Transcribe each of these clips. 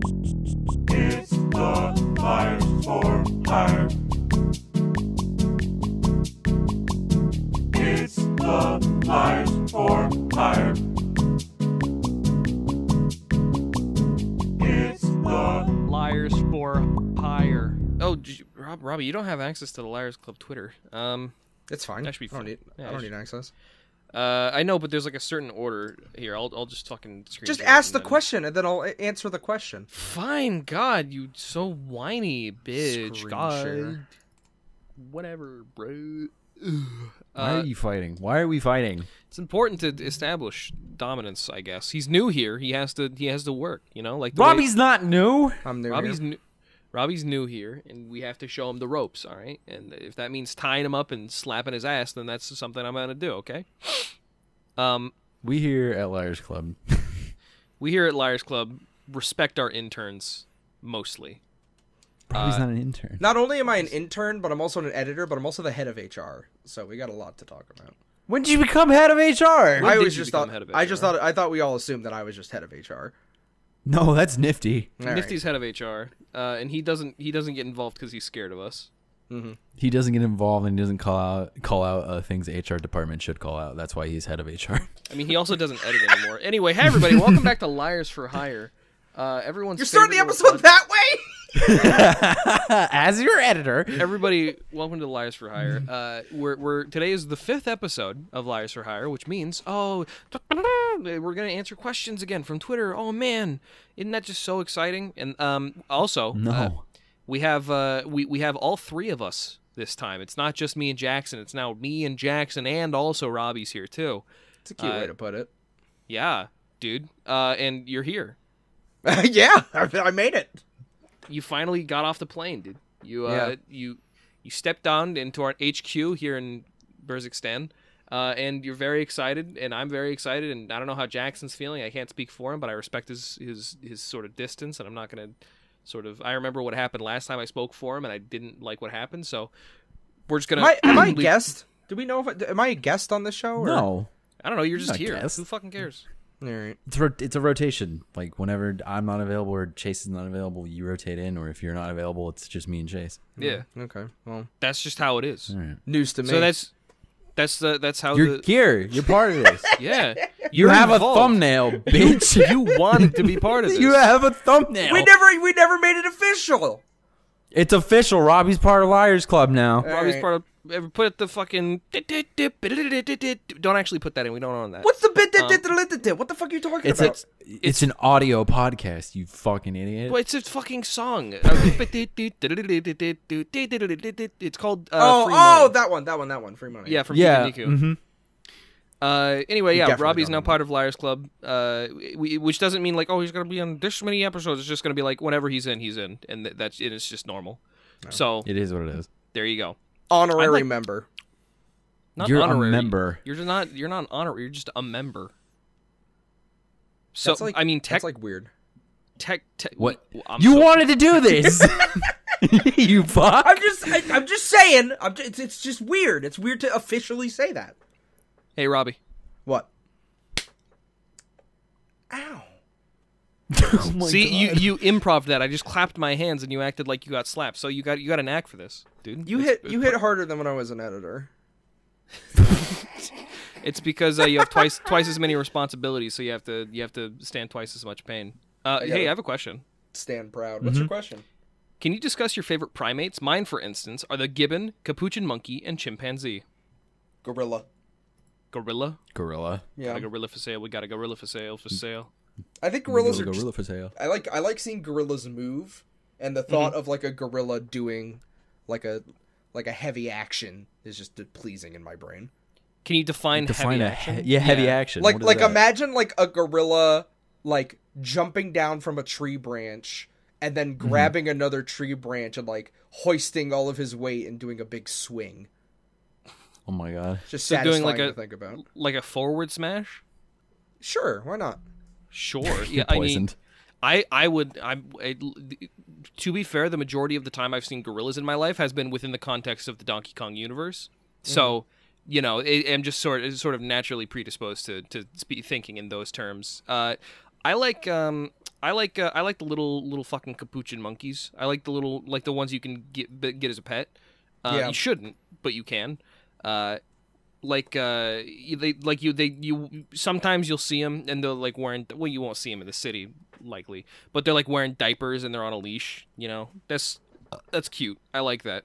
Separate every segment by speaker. Speaker 1: It's the Liars for Hire. It's the Liars for Hire. It's the
Speaker 2: Liars for hire.
Speaker 3: Oh, did you, Rob, Robbie, you don't have access to the Liars Club Twitter. Um,
Speaker 4: It's fine.
Speaker 3: That should be
Speaker 4: I don't
Speaker 3: fine.
Speaker 4: need.
Speaker 3: Yeah,
Speaker 4: I
Speaker 3: it
Speaker 4: don't
Speaker 3: should-
Speaker 4: need access.
Speaker 3: uh, I know, but there's like a certain order here. I'll, I'll just fucking screen
Speaker 4: Just
Speaker 3: share it
Speaker 4: ask
Speaker 3: and
Speaker 4: the
Speaker 3: then-
Speaker 4: question, and then I'll a- answer the question.
Speaker 3: Fine, God, you so whiny, bitch.
Speaker 4: Screen
Speaker 3: God,
Speaker 4: share.
Speaker 3: whatever, bro.
Speaker 5: Why
Speaker 3: Uh,
Speaker 5: are you fighting? Why are we fighting?
Speaker 3: It's important to establish dominance, I guess. He's new here. He has to. He has to work. You know, like the way-
Speaker 5: Robbie's not new.
Speaker 4: I'm new.
Speaker 3: Robbie's
Speaker 4: here.
Speaker 3: new. Robbie's new here, and we have to show him the ropes. All right, and if that means tying him up and slapping his ass, then that's something I'm gonna do. Okay. Um,
Speaker 5: We here at Liars Club.
Speaker 3: we here at Liars Club respect our interns mostly.
Speaker 5: Robbie's
Speaker 3: Uh,
Speaker 5: not an intern.
Speaker 4: Not only am I an intern, but I'm also an editor, but I'm also the head of HR. So we got a lot to talk about.
Speaker 5: When did you become head of HR?
Speaker 3: When
Speaker 4: I
Speaker 3: did
Speaker 4: always
Speaker 3: you
Speaker 4: just
Speaker 3: become
Speaker 4: thought.
Speaker 3: head of
Speaker 4: I just
Speaker 3: HR?
Speaker 4: thought. I thought we all assumed that I was just head of HR.
Speaker 5: No, that's nifty.
Speaker 4: All right.
Speaker 3: Nifty's head of HR, uh, and he doesn't he doesn't get involved because he's scared of us.
Speaker 5: He doesn't get involved and he doesn't call out call out uh, things the HR department should call out. That's why he's head of HR.
Speaker 3: I mean, he also doesn't edit anymore. Anyway, hey everybody, welcome back to Liars for Hire. Uh, everyone's
Speaker 4: You're starting the
Speaker 3: favorite
Speaker 4: episode
Speaker 3: little pod-
Speaker 4: that way.
Speaker 5: Uh, As your editor,
Speaker 3: Everybody, welcome to Liars for Hire. Uh, we're, we're today is the fifth episode of Liars for Hire, which means oh, we're gonna answer questions again from Twitter. Oh man, isn't that just so exciting? And um, also,
Speaker 5: no.
Speaker 3: uh, we have uh, we we have all three of us this time. It's not just me and Jackson. It's now me and Jackson, and also Robbie's here too.
Speaker 4: It's a cute
Speaker 3: Uh,
Speaker 4: way to put it.
Speaker 3: Yeah, dude. Uh, and you're here.
Speaker 4: yeah, I, I made it.
Speaker 3: you finally got off the plane, dude. You uh,
Speaker 4: Yeah.
Speaker 3: you you stepped down into our HQ here in Berzikstan, uh, and you're very excited, and I'm very excited, and I don't know how Jackson's feeling. I can't speak for him, but I respect his his his sort of distance, and I'm not gonna sort of. I remember what happened last time I spoke for him, and I didn't like what happened, so we're just gonna.
Speaker 4: Am I, am I a
Speaker 3: leave-
Speaker 4: guest? Do we know if I, am I a guest on this show? Or?
Speaker 5: No,
Speaker 3: I don't know. You're just
Speaker 5: not a
Speaker 3: here.
Speaker 5: guest.
Speaker 3: Who fucking cares?
Speaker 4: All right.
Speaker 5: it's ro- it's a rotation. Like whenever I'm not available or Chase is not available, you rotate in, or if you're not available, it's just me and Chase.
Speaker 3: Yeah,
Speaker 4: Okay. Well,
Speaker 3: that's just how it is.
Speaker 5: All right.
Speaker 4: news to me.
Speaker 3: So that's that's the that's how
Speaker 5: You're
Speaker 3: Oh, the
Speaker 5: here. You're part of this.
Speaker 3: yeah.
Speaker 5: you have
Speaker 3: involved.
Speaker 5: a thumbnail, bitch.
Speaker 3: You wanted to be part of this.
Speaker 5: you have a thumbnail.
Speaker 4: we never we never made it official.
Speaker 5: It's official. Robbie's part of Liars Club now.
Speaker 3: Robbie's
Speaker 4: Alright.
Speaker 3: part of. Put the fucking. Don't actually put that in. We don't own that.
Speaker 4: What's the bit that
Speaker 3: Um,
Speaker 4: did the lit that did? What the fuck are you talking
Speaker 5: It's a,
Speaker 4: about?
Speaker 5: it's, an audio podcast. You fucking idiot.
Speaker 3: Well, it's a fucking song. it's called. Uh,
Speaker 4: oh,
Speaker 3: Free
Speaker 4: oh,
Speaker 3: Money.
Speaker 4: that one, that one, that one. Free money.
Speaker 3: yeah, from
Speaker 5: yeah.
Speaker 3: Deacon Deku.
Speaker 5: mhm.
Speaker 3: Uh, anyway, yeah,
Speaker 4: definitely
Speaker 3: Robbie's
Speaker 4: don't
Speaker 3: now
Speaker 4: own
Speaker 3: part of Liars Club. Uh, we, which doesn't mean like, oh, he's gonna be on this many episodes. It's just gonna be like, whenever he's in, he's in, and th- that's it. It's just normal. So
Speaker 5: It is what it is.
Speaker 3: there you go.
Speaker 4: honorary
Speaker 3: I'm like-
Speaker 4: member.
Speaker 3: Not
Speaker 5: You're
Speaker 3: honorary.
Speaker 5: a member.
Speaker 3: You're just not. You're not an honorary. You're just a member. So
Speaker 4: That's like-
Speaker 3: I mean,
Speaker 4: That's
Speaker 3: tech,
Speaker 4: like weird.
Speaker 3: tech, tech.
Speaker 5: What?
Speaker 3: I'm
Speaker 5: you
Speaker 3: so-
Speaker 5: wanted to do this. you fuck.
Speaker 4: I'm just, I, I'm just saying. I'm just, it's, it's just weird. It's weird to officially say that.
Speaker 3: Hey, Robbie.
Speaker 4: What? Ow!
Speaker 5: Oh
Speaker 3: See, you you improv that. I just clapped my hands and you acted like you got slapped. So you got you got an act for this, dude.
Speaker 4: You
Speaker 3: It's-
Speaker 4: hit, you hit harder than when I was an editor.
Speaker 3: It's because uh, you have twice twice as many responsibilities, so you have to you have to stand twice as much pain. Uh, hey,
Speaker 4: it.
Speaker 3: I have a question.
Speaker 4: Stand proud. What's
Speaker 3: Mm-hmm.
Speaker 4: your question?
Speaker 3: Can you discuss your favorite primates? Mine, for instance, are the gibbon, capuchin monkey, and chimpanzee.
Speaker 4: Gorilla.
Speaker 3: Gorilla.
Speaker 5: Gorilla.
Speaker 4: Yeah.
Speaker 3: Got a gorilla for sale. We got a gorilla for sale. For sale.
Speaker 4: I think gorillas are. just-
Speaker 5: gorilla for sale.
Speaker 4: I like I like seeing gorillas move, and
Speaker 3: Mm-hmm.
Speaker 4: the thought of like a gorilla doing, like a, like a heavy action is just pleasing in my brain.
Speaker 3: Can you define,
Speaker 5: Define
Speaker 3: heavy
Speaker 5: a
Speaker 3: action?
Speaker 5: he- yeah heavy action.
Speaker 4: Like
Speaker 5: What is
Speaker 4: like
Speaker 5: that?
Speaker 4: imagine like a gorilla like jumping down from a tree branch and then
Speaker 3: Mm-hmm.
Speaker 4: grabbing another tree branch and like hoisting all of his weight and doing a big swing.
Speaker 5: Oh my god.
Speaker 4: Just
Speaker 3: So
Speaker 4: satisfying
Speaker 3: doing, like,
Speaker 4: to
Speaker 3: a-
Speaker 4: think about.
Speaker 3: Like a forward smash.
Speaker 4: Sure, why not?
Speaker 3: Sure.
Speaker 5: You're
Speaker 3: Yeah. I mean,
Speaker 5: poisoned.
Speaker 3: I I would I, I to be fair, the majority of the time I've seen gorillas in my life has been within the context of the Donkey Kong universe. So you know, I, I'm just sort of sort of naturally predisposed to to spe- thinking in those terms. Uh, I- I like um I like uh, I like the little little fucking capuchin monkeys. I like the little like the ones you can get b- get as a pet. Uh,
Speaker 4: Yeah.
Speaker 3: You shouldn't, but you can. Uh, like uh, you- they like you they you sometimes you'll see them and they're like wearing well you won't see them in the city likely, but they're like wearing diapers and they're on a leash. You know that's that's cute. I like that.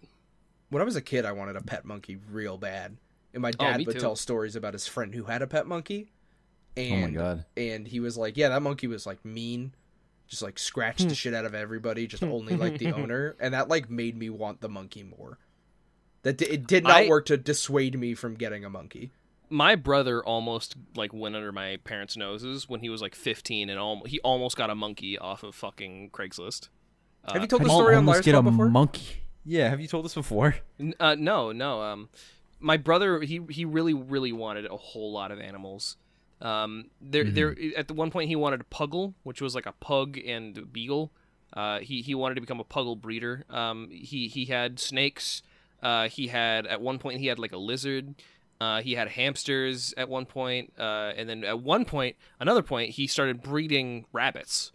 Speaker 4: When I was a kid, I wanted a pet monkey real bad, and my dad
Speaker 3: Oh, me
Speaker 4: would
Speaker 3: too.
Speaker 4: tell stories about his friend who had a pet monkey.
Speaker 5: oh my
Speaker 4: And
Speaker 5: god.
Speaker 4: and he was like, "Yeah, that monkey was like mean, just like scratched the shit out of everybody, just only like the owner." And that like made me want the monkey more. That di- it did not
Speaker 3: I-
Speaker 4: work to dissuade me from getting a monkey.
Speaker 3: my brother almost like went under my parents' noses when he was like 15 and almost he almost got a monkey off of fucking Craigslist. Uh,
Speaker 4: Have you told the
Speaker 5: Al-
Speaker 4: story on
Speaker 5: almost
Speaker 4: Liar's
Speaker 5: get a
Speaker 4: Club before?
Speaker 5: monkey. Yeah, have you told this before?
Speaker 3: N- uh, no, no. Um, my brother he he really really wanted a whole lot of animals. Um, there there at the one point he wanted a puggle, which was like a pug and a beagle. Uh, he he wanted to become a puggle breeder. Um, he he had snakes. Uh, he had at one point he had like a lizard. Uh, he had hamsters at one point, uh, and then at one point, another point, he started breeding rabbits.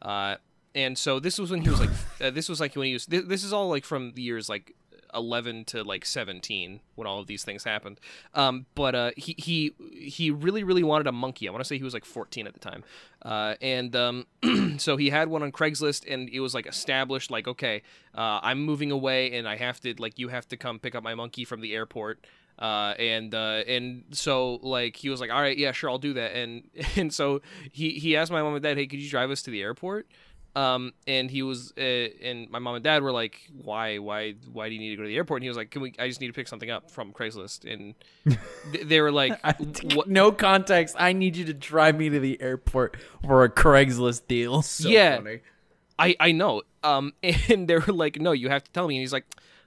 Speaker 3: Uh, and so this was when he was like, uh, this was like when he was. This, this is all like from the years like eleven to like seventeen when all of these things happened. Um, but uh, he he he really really wanted a monkey. I want to say he was like fourteen at the time, uh, and um, so he had one on Craigslist, and it was like established like okay, uh, I'm moving away, and I have to like you have to come pick up my monkey from the airport uh, and uh, and so like he was like, all right, yeah, sure, I'll do that. And and so he he asked my mom and dad, hey, could you drive us to the airport? Um, and he was uh, and my mom and dad were like, why why why do you need to go to the airport? And he was like, can we? I just need to pick something up from Craigslist. And th- they were like, what?
Speaker 5: No context. I need you to drive me to the airport for a Craigslist deal.
Speaker 4: So
Speaker 3: Yeah.
Speaker 4: funny.
Speaker 3: I I know. Um, and they were like, no, you have to tell me. And he's like,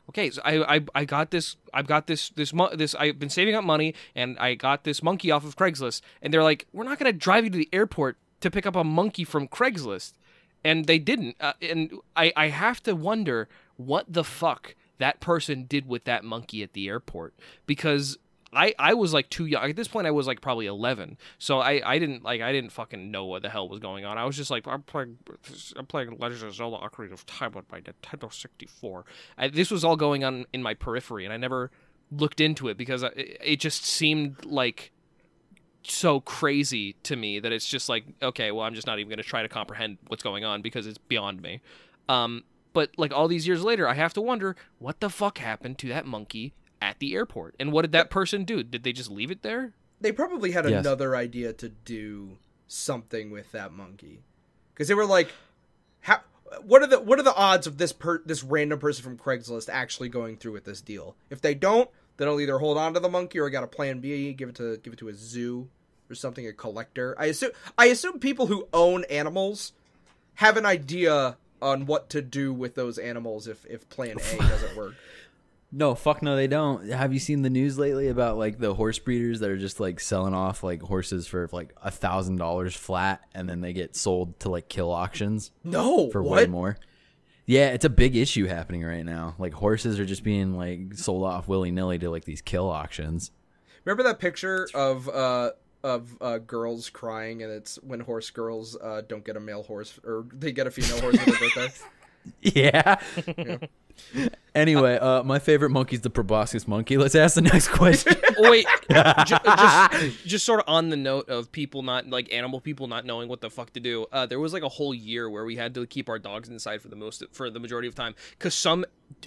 Speaker 3: okay, so I I, I got this. I've got this this mo- this. I've been saving up money, and I got this monkey off of Craigslist. And they're like, we're not gonna drive you to the airport to pick up a monkey from Craigslist. And they didn't. Uh, and I I have to wonder what the fuck that person did with that monkey at the airport because I, I was like too young at this point. I was like probably eleven, so I, I didn't like I didn't fucking know what the hell was going on. I was just like I'm playing I'm playing Legend of Zelda: Ocarina of Time on my Nintendo 64. I, this was all going on in my periphery, and I never looked into it because I, it just seemed like so crazy to me that it's just like okay, well I'm just not even gonna try to comprehend what's going on because it's beyond me. Um, but like all these years later, I have to wonder what the fuck happened to that monkey at the airport, and what did that person do? Did they just leave it there?
Speaker 4: They probably had
Speaker 5: Yes.
Speaker 4: another idea to do something with that monkey, because they were like, "How? What are the what are the odds of this per this random person from Craigslist actually going through with this deal? If they don't, then I'll either hold on to the monkey or I got a plan B, give it to give it to a zoo or something, a collector. I assume I assume people who own animals have an idea on what to do with those animals if if Plan A doesn't work.
Speaker 5: No, fuck no, they don't. Have you seen the news lately about like the horse breeders that are just like selling off like horses for like a thousand dollars flat, and then they get sold to like kill auctions
Speaker 4: No,
Speaker 5: for way
Speaker 4: what?
Speaker 5: more? Yeah, it's a big issue happening right now. Like horses are just being like sold off willy nilly to like these kill auctions.
Speaker 4: Remember that picture of uh of uh girls crying and it's when horse girls uh don't get a male horse or they get a female horse for their birthday.
Speaker 5: Yeah. Anyway, uh, my favorite monkey's the proboscis monkey. Let's ask the next question.
Speaker 3: Oh, wait, ju- uh, just, just sort of on the note of people not like animal people not knowing what the fuck to do. Uh, there was like a whole year where we had to keep our dogs inside for the most for the majority of time because some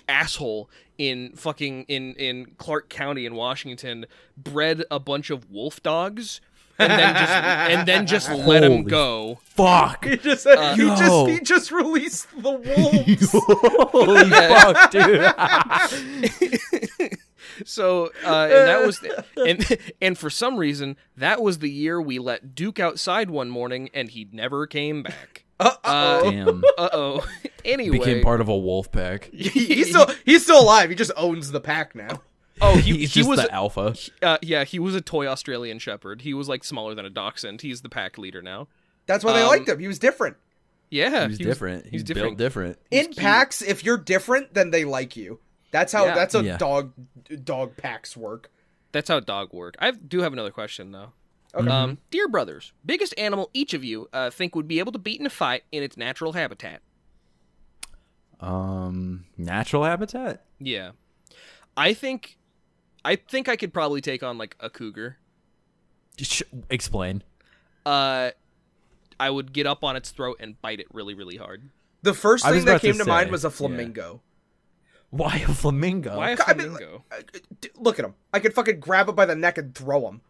Speaker 3: asshole in fucking in in Clark County in Washington bred a bunch of wolf dogs and then just and then just let them
Speaker 5: Holy
Speaker 3: go.
Speaker 5: Fuck.
Speaker 4: He just he
Speaker 5: Yo.
Speaker 4: just he just released the wolves.
Speaker 5: Holy fuck, dude.
Speaker 3: So uh, and that was and and for some reason that was the year we let Duke outside one morning and he never came back.
Speaker 4: Uh,
Speaker 5: Damn.
Speaker 3: Uh oh. anyway,
Speaker 5: Became part of a wolf pack.
Speaker 4: he's still he's still alive. He just owns the pack now.
Speaker 3: oh he,
Speaker 5: He's
Speaker 3: he
Speaker 5: just
Speaker 3: was
Speaker 5: the alpha.
Speaker 3: uh, yeah he was a toy Australian Shepherd. He was like smaller than a dachshund. He's the pack leader now.
Speaker 4: That's why they
Speaker 3: Um,
Speaker 4: liked him. He was different.
Speaker 3: Yeah,
Speaker 5: He's different.
Speaker 3: He's,
Speaker 5: He's
Speaker 3: different.
Speaker 5: built different.
Speaker 4: In
Speaker 3: cute.
Speaker 4: packs, if you're different, then they like you. That's how
Speaker 3: Yeah.
Speaker 4: that's how
Speaker 5: Yeah.
Speaker 4: dog dog packs work.
Speaker 3: That's how dog work. I do have another question though.
Speaker 5: Mm-hmm.
Speaker 4: Okay.
Speaker 3: Um, dear brothers, biggest animal each of you uh, think would be able to beat in a fight in its natural habitat.
Speaker 5: Um, natural habitat.
Speaker 3: Yeah, I think, I think I could probably take on like a cougar.
Speaker 5: Just sh- explain.
Speaker 3: Uh, I would get up on its throat and bite it really, really hard.
Speaker 4: The first
Speaker 5: I was
Speaker 4: thing that
Speaker 5: about to
Speaker 4: came to, mind
Speaker 5: say,
Speaker 4: was a
Speaker 5: yeah.
Speaker 4: flamingo.
Speaker 5: Why a flamingo?
Speaker 3: Why a
Speaker 4: I mean,
Speaker 3: flamingo?
Speaker 4: Uh, d- Look at him. I could fucking grab it by the neck and throw him.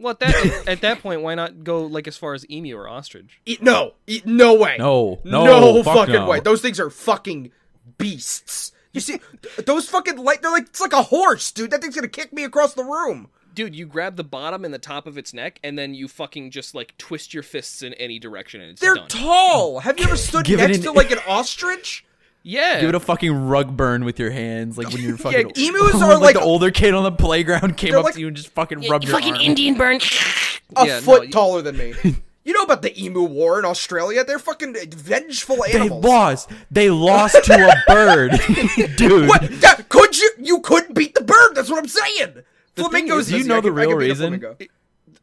Speaker 3: Well, at that at that point, why not go like as far as emu or ostrich?
Speaker 4: Eat E, no. Eat no way.
Speaker 5: No, no, fuck
Speaker 4: fucking
Speaker 5: no.
Speaker 4: way. Those things are fucking beasts. You see, those fucking light. They're like it's like a horse, dude. That thing's gonna kick me across the room.
Speaker 3: Dude, you grab the bottom and the top of its neck, and then you fucking just like twist your fists in any direction, and it's
Speaker 4: They're
Speaker 3: done.
Speaker 4: tall. Have you ever stood
Speaker 5: Give it
Speaker 4: next
Speaker 5: an-
Speaker 4: to like an ostrich?
Speaker 3: yeah,
Speaker 5: Give it a fucking rug burn with your hands, like when you're fucking.
Speaker 4: emus
Speaker 5: when,
Speaker 4: are like-
Speaker 5: the older kid on the playground came
Speaker 4: They're
Speaker 5: up
Speaker 4: like-
Speaker 5: to you and just fucking rubbed your arm.
Speaker 6: burn.
Speaker 4: A
Speaker 3: Yeah, no,
Speaker 4: foot
Speaker 3: you-
Speaker 4: taller than me. You know about the emu war in Australia? They're fucking vengeful
Speaker 5: They
Speaker 4: animals.
Speaker 5: lost. They lost to a bird, dude.
Speaker 4: What? Yeah, could you? You could beat the bird. That's what I'm saying. Flamingos.
Speaker 5: is, you
Speaker 4: yes,
Speaker 5: know
Speaker 4: I
Speaker 5: the
Speaker 4: could- I could
Speaker 5: real
Speaker 4: beat a
Speaker 5: reason?
Speaker 4: flamingo.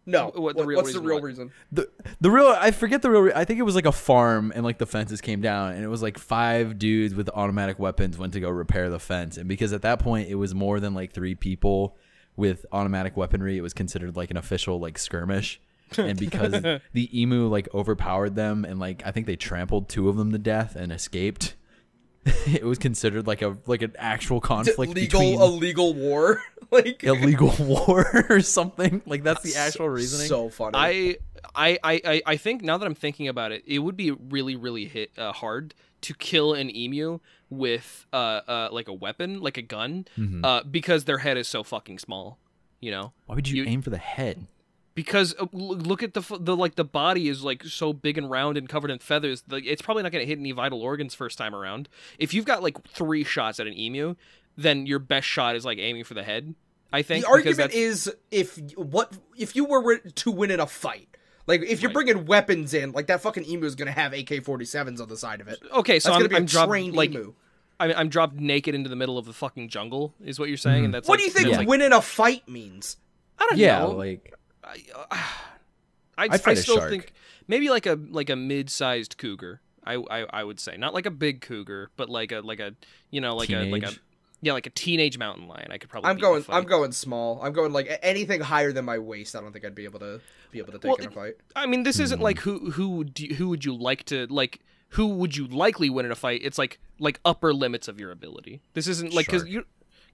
Speaker 4: No.
Speaker 3: What- the real
Speaker 4: what's
Speaker 3: reason
Speaker 4: the real
Speaker 3: what?
Speaker 4: reason?
Speaker 5: the the real I forget the real re- I think it was like a farm and like the fences came down and it was like five dudes with automatic weapons went to go repair the fence and because at that point it was more than like three people with automatic weaponry it was considered like an official like skirmish and because the emu like overpowered them and like I think they trampled two of them to death and escaped it was considered like a like an actual conflict
Speaker 4: legal
Speaker 5: between
Speaker 4: illegal war. like
Speaker 5: illegal war or something like that's the actual reasoning
Speaker 4: So funny.
Speaker 3: I, I, I, I- I think now that I'm thinking about it, it would be really, really hit uh, hard to kill an emu with uh, uh like a weapon, like a gun, uh, because their head is so fucking small. You know,
Speaker 5: Mm-hmm. why would you,
Speaker 3: you-
Speaker 5: aim for the head
Speaker 3: because uh, l- look at the f- the like the body is like so big and round and covered in feathers. The, it's probably not going to hit any vital organs first time around. If you've got like three shots at an emu, then your best shot is like aiming for the head. I think
Speaker 4: the
Speaker 3: because
Speaker 4: argument
Speaker 3: that's-
Speaker 4: is if what if you were wi- to win in a fight, like if you're bringing weapons in, like that fucking emu is gonna have AK-47s on the side of it.
Speaker 3: okay. So
Speaker 4: That's
Speaker 3: I'm,
Speaker 4: gonna be
Speaker 3: I'm
Speaker 4: a
Speaker 3: dropped,
Speaker 4: trained
Speaker 3: like
Speaker 4: emu.
Speaker 3: I mean, I'm dropped naked into the middle of the fucking jungle, is what you're saying, and that's
Speaker 4: What
Speaker 3: like-
Speaker 4: do you think
Speaker 3: that's
Speaker 5: Yeah.
Speaker 3: like-
Speaker 4: winning a fight means?
Speaker 3: I don't
Speaker 5: yeah
Speaker 3: know.
Speaker 5: like
Speaker 3: uh, I,
Speaker 5: I'd
Speaker 3: I
Speaker 5: fight a
Speaker 3: still
Speaker 5: shark.
Speaker 3: think maybe like a like a mid-sized cougar. I, I I would say not like a big cougar, but like a like a you know like a like a
Speaker 5: Teenage.
Speaker 3: yeah like a teenage mountain lion. I could probably.
Speaker 4: I'm
Speaker 3: beat in a
Speaker 4: going. I'm
Speaker 3: fight.
Speaker 4: going small. I'm going like a- anything higher than my waist. I don't think I'd be able to be able to take
Speaker 3: Well,
Speaker 4: in a
Speaker 3: it-
Speaker 4: fight.
Speaker 3: I mean, this isn't like who who would you, who would you like to like who would you likely win in a fight? It's like like upper limits of your ability. This isn't like because
Speaker 5: Sure.
Speaker 3: you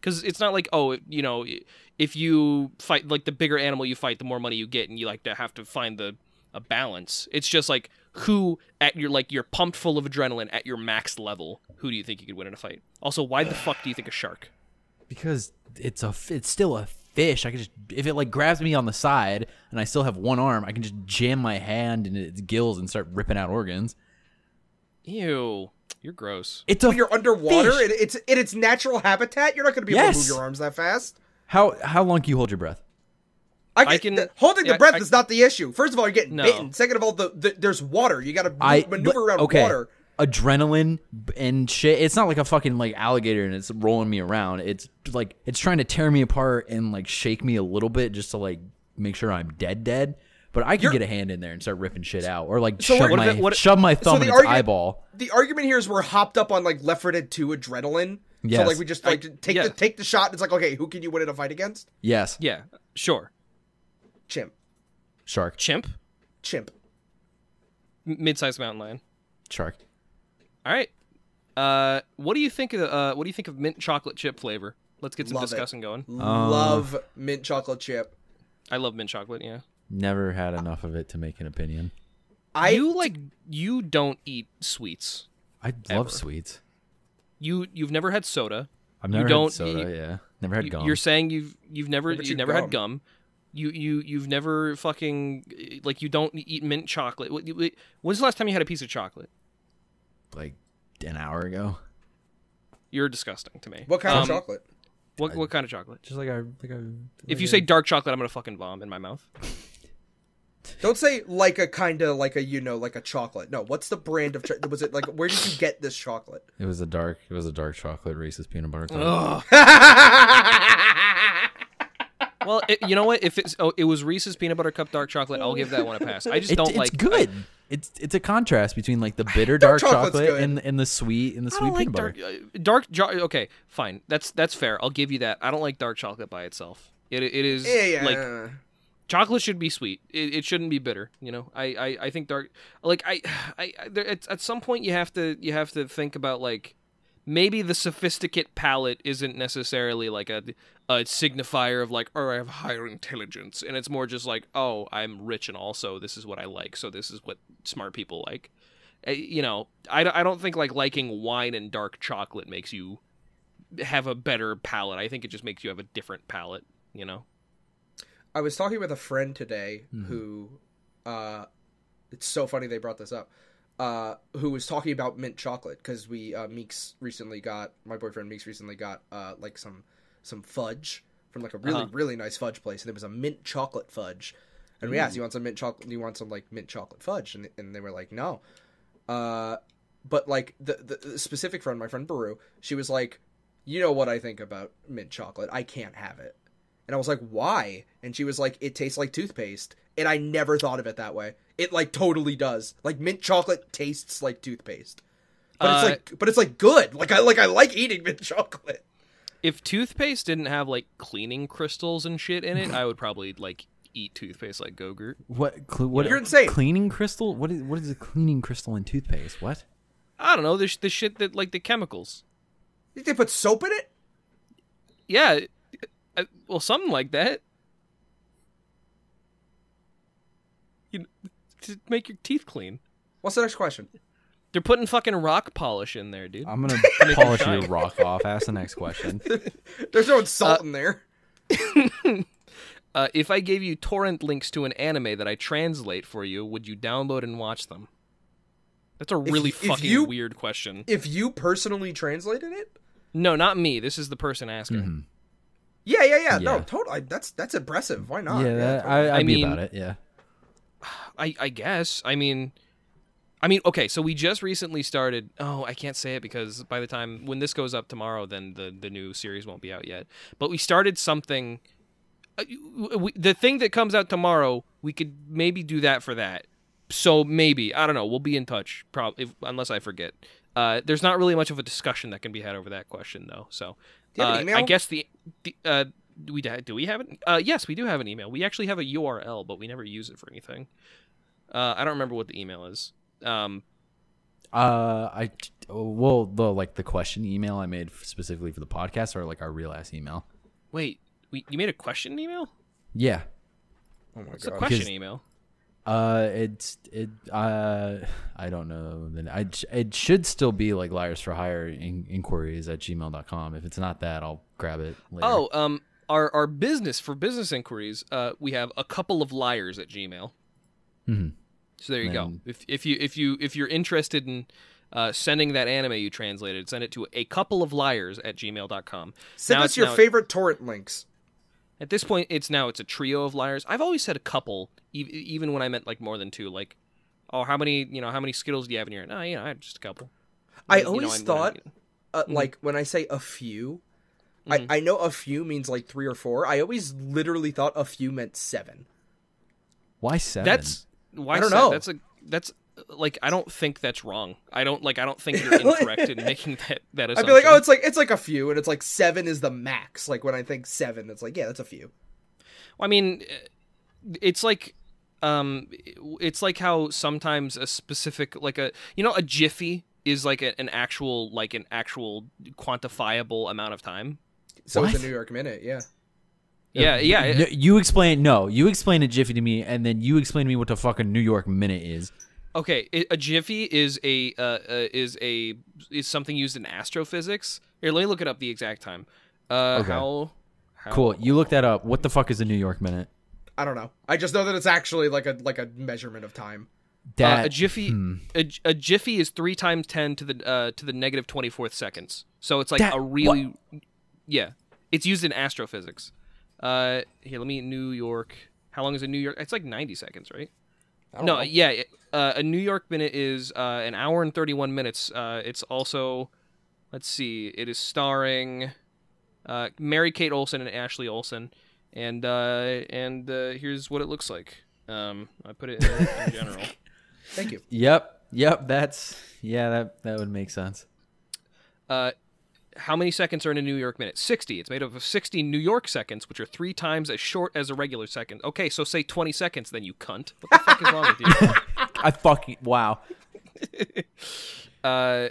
Speaker 3: because it's not like oh it- you know i- if you fight like the bigger animal you fight, the more money you get, and you like to have to find the a balance. It's just like who at your like you're pumped full of adrenaline at your max level. Who do you think you could win in a fight? Also, why the fuck do you think a shark?
Speaker 5: because it's a f- it's still a fish. I can just if it like grabs me on the side and I still have one arm, I can just jam my hand into its gills and start ripping out organs.
Speaker 3: Ew, you're gross.
Speaker 5: It's a
Speaker 4: When you're underwater,
Speaker 5: fish.
Speaker 4: and it's in its natural habitat. You're not going to be able to move
Speaker 5: Yes.
Speaker 4: your arms that fast.
Speaker 5: how how long can you hold your breath?
Speaker 4: I
Speaker 3: I can-
Speaker 4: can, th- holding
Speaker 3: yeah,
Speaker 4: the breath
Speaker 3: I-
Speaker 4: is not the issue. First of all, you're getting
Speaker 3: No.
Speaker 4: bitten. Second of all, the, the, there's water. You got to
Speaker 5: I
Speaker 4: maneuver
Speaker 5: but-
Speaker 4: around
Speaker 5: okay.
Speaker 4: water.
Speaker 5: Adrenaline b- and shit. It's not like a fucking like alligator and it's rolling me around. It's like it's trying to tear me apart and like shake me a little bit just to like make sure I'm dead dead. But I can
Speaker 4: You're-
Speaker 5: get a hand in there and start ripping shit out, or like
Speaker 4: So
Speaker 5: shove
Speaker 4: what
Speaker 3: if
Speaker 5: my
Speaker 3: it- what if-
Speaker 5: shove my thumb
Speaker 4: the
Speaker 5: in its
Speaker 4: argument-
Speaker 5: eyeball.
Speaker 4: The argument here is we're hopped up on like Left 4 Dead 2 adrenaline. So
Speaker 5: Yes.
Speaker 4: like we just like take
Speaker 3: yeah.
Speaker 4: the take the shot. And it's like okay, who can you win in a fight against?
Speaker 5: Yes,
Speaker 3: Yeah, sure.
Speaker 4: Chimp,
Speaker 5: shark,
Speaker 3: Chimp,
Speaker 4: chimp.
Speaker 3: M- mid-sized mountain lion.
Speaker 5: shark.
Speaker 3: All right. Uh, what do you think of uh, what do you think of mint chocolate chip flavor? Let's get some
Speaker 4: Love it.
Speaker 3: discussing going.
Speaker 4: Love mint chocolate chip.
Speaker 3: I love mint chocolate. Yeah.
Speaker 5: Never had enough of it to make an opinion.
Speaker 4: I
Speaker 3: you like you don't eat sweets.
Speaker 5: I
Speaker 3: Ever.
Speaker 5: love sweets.
Speaker 3: You you've never had soda.
Speaker 5: I've never
Speaker 3: don't
Speaker 5: had soda.
Speaker 3: eat-
Speaker 5: yeah, never had
Speaker 3: You-
Speaker 5: gum.
Speaker 3: You're saying you've you've never
Speaker 4: but
Speaker 3: you've
Speaker 4: you
Speaker 3: never
Speaker 4: gum.
Speaker 3: had gum. You you you've never fucking like you don't eat mint chocolate. Wh- wh- When's the last time you had a piece of chocolate?
Speaker 5: like an hour ago.
Speaker 3: You're disgusting to me.
Speaker 4: what kind
Speaker 3: Um,
Speaker 4: of chocolate?
Speaker 3: What what kind of chocolate?
Speaker 5: Just like I, like I.
Speaker 3: If you say dark chocolate, I'm gonna fucking bomb in my mouth.
Speaker 4: Don't say like a kind of like a you know like a chocolate. No, what's the brand of? Cho- was it like where did you get this chocolate?
Speaker 5: it was a dark, it was a dark chocolate Reese's peanut butter.
Speaker 3: Ugh.
Speaker 5: cup.
Speaker 3: well, Well, it, you know what? If it's oh, it was Reese's peanut butter cup dark chocolate, I'll give that one a pass. I just
Speaker 5: It-
Speaker 3: don't
Speaker 5: it's
Speaker 3: like.
Speaker 5: good. it's it's a contrast between like the bitter dark
Speaker 4: chocolate's
Speaker 5: chocolate
Speaker 4: good.
Speaker 5: and and the sweet and the
Speaker 3: I
Speaker 5: sweet
Speaker 3: don't
Speaker 5: peanut
Speaker 3: like
Speaker 5: butter.
Speaker 3: dark, uh, dark. Jo- okay, fine. That's that's fair. I'll give you that. I don't like dark chocolate by itself. It it is
Speaker 4: Yeah, yeah.
Speaker 3: like chocolate should be sweet. It, it shouldn't be bitter. You know, I, I, I think dark like I I I- there, it's, at some point you have to you have to think about like maybe the sophisticate palate isn't necessarily like a a signifier of like oh I have higher intelligence and it's more just like oh I'm rich and also this is what I like so this is what smart people like. Uh, You know, I, don't- I don't think like liking wine and dark chocolate makes you have a better palate. I think it just makes you have a different palate. You know.
Speaker 4: I was talking with a friend today
Speaker 5: Mhm.
Speaker 4: who, uh, it's so funny they brought this up. Uh, who was talking about mint chocolate because we uh, Meeks recently got my boyfriend Meeks recently got uh, like some some fudge from like a really
Speaker 3: Uh-huh.
Speaker 4: really nice fudge place and it was a mint chocolate fudge, and we asked you want some mint chocolate you want some like mint chocolate fudge and and they were like no, uh, but like the, the the specific friend my friend Baru she was like you know what I think about mint chocolate I can't have it and I was like, why? And she was like, it tastes like toothpaste. And I never thought of it that way. It like totally does. Like mint chocolate tastes like toothpaste. But
Speaker 3: Uh,
Speaker 4: it's like but it's like good. Like I like I like eating mint chocolate.
Speaker 3: if toothpaste didn't have like cleaning crystals and shit in it, I would probably like eat toothpaste like Gogurt.
Speaker 5: What? Cl- what?
Speaker 4: You're insane.
Speaker 5: Cleaning crystal? What is what is a cleaning crystal in toothpaste? What?
Speaker 3: I don't know the sh- the shit that like the chemicals.
Speaker 4: You think They put soap in it?
Speaker 3: Yeah, uh, well, something like that. You to make your teeth clean.
Speaker 4: What's the next question?
Speaker 3: They're putting fucking rock polish in there,
Speaker 4: Uh.
Speaker 3: dude.
Speaker 5: I'm gonna polish your rock off. Ask the next question.
Speaker 4: There's no salt in there.
Speaker 3: Uh, if I gave you torrent links to an anime that I translate for you, would you download and watch them? That's a really
Speaker 4: if
Speaker 3: fucking
Speaker 4: you-
Speaker 3: weird question.
Speaker 4: If you personally translated it?
Speaker 3: No, not me. This is the person asking.
Speaker 4: Mm-hmm.
Speaker 5: Mhm.
Speaker 4: Yeah, yeah, yeah. No,
Speaker 5: Yeah.
Speaker 4: totally. That's that's impressive. Why not?
Speaker 5: Yeah, that,
Speaker 4: totally.
Speaker 5: I, I'd
Speaker 3: I
Speaker 5: be
Speaker 3: mean-
Speaker 5: about it. Yeah.
Speaker 3: I, I guess. I mean, I mean, okay. So we just recently started. Oh, I can't say it because by the time when this goes up tomorrow, then the the new series won't be out yet. But we started something. uh, w- we- The thing that comes out tomorrow, we could maybe do that for that. So maybe I don't know. We'll be in touch, probably unless I forget. Uh, there's not really much of a discussion that can be had over that question, though. So
Speaker 4: Do you have an
Speaker 3: uh,
Speaker 4: email?
Speaker 3: I guess the, the uh, do we do we have it? Uh, yes, we do have an email. We actually have a URL, but we never use it for anything. Uh, I don't remember what the email is. Um,
Speaker 5: Uh, I oh, well the like the question email I made specifically for the podcast or like our real ass email.
Speaker 3: wait, we, you made a question email?
Speaker 5: Yeah.
Speaker 4: Oh my
Speaker 3: It's a
Speaker 4: god.
Speaker 3: question
Speaker 5: Because-
Speaker 3: email.
Speaker 5: Uh, it's it uh I don't know. Then I it should still be like liars for hire in, inquiries at gmail.com. If it's not that, I'll grab it later.
Speaker 3: Oh, um, our our business for business inquiries. Uh, we have a couple of liars at Gmail.
Speaker 5: Mhm.
Speaker 3: So there you go.
Speaker 5: Man.
Speaker 3: If if you if you if you're interested in uh, sending that anime you translated, send it to a couple of liars at gmail.com.
Speaker 4: Send
Speaker 3: Now
Speaker 4: us
Speaker 3: it's-
Speaker 4: your
Speaker 3: now-
Speaker 4: favorite torrent links.
Speaker 3: At this point, it's now it's a trio of liars. I've always said a couple, e- even when I meant like more than two. Like, oh, how many you know how many Skittles do you have in your? No, you know, I have just a couple.
Speaker 4: I
Speaker 3: You know,
Speaker 4: always
Speaker 3: I'm gonna-
Speaker 4: thought uh,
Speaker 3: Mm-hmm.
Speaker 4: like when I say a few, I, I know a few means like three or four. I always literally thought a few meant seven.
Speaker 5: why seven?
Speaker 3: that's why
Speaker 4: I don't
Speaker 3: seven?
Speaker 4: know.
Speaker 3: That's a that's uh, like I don't think that's wrong. I don't like I don't think you're incorrect in making that that
Speaker 4: I'd
Speaker 3: assumption.
Speaker 4: be like, oh, it's like it's like a few, and it's like seven is the max. Like when I think seven, it's like yeah, that's a few.
Speaker 3: I mean, uh, it's like, um, it's like how sometimes a specific, like a, you know, a jiffy is like a, an actual, like an actual quantifiable amount of time.
Speaker 4: So it's
Speaker 5: What?
Speaker 4: a New York minute, yeah.
Speaker 3: Yeah, yeah.
Speaker 5: Uh, No, you explain no, you explain a jiffy to me and then you explain to me what the fucking New York minute is.
Speaker 3: Okay, i- a jiffy is a uh, uh, is a is something used in astrophysics. Here, let me look it up the exact time. Uh,
Speaker 5: Okay.
Speaker 3: how, how? Uh,
Speaker 5: Cool. You look that up. What the fuck is the New York minute?
Speaker 4: I don't know. I just know that it's actually like a like a measurement of time.
Speaker 5: That
Speaker 3: uh, a jiffy
Speaker 5: hmm.
Speaker 3: a, j- a jiffy is three times ten to the uh, to the negative twenty fourth seconds. So it's like
Speaker 5: That-
Speaker 3: a really yeah. It's used in astrophysics. Uh, here, let me New York. How long is a New York? It's like ninety seconds, right?
Speaker 4: I don't
Speaker 3: no,
Speaker 4: know.
Speaker 3: yeah. it- Uh, a New York minute is uh, an hour and thirty one minutes. Uh, it's also, let's see, it is starring uh, Mary Kate Olsen and Ashley Olsen. and uh, and uh, here's what it looks like. Um, I put it in, in general.
Speaker 4: Thank you.
Speaker 5: Yep. Yep. That's yeah. That that would make sense.
Speaker 3: Uh, how many seconds are in a New York minute? 60. It's made up of 60 New York seconds, which are three times as short as a regular second. Okay, so say 20 seconds, then you cunt. What the fuck is wrong with you?
Speaker 5: I fucking wow.
Speaker 3: Uh,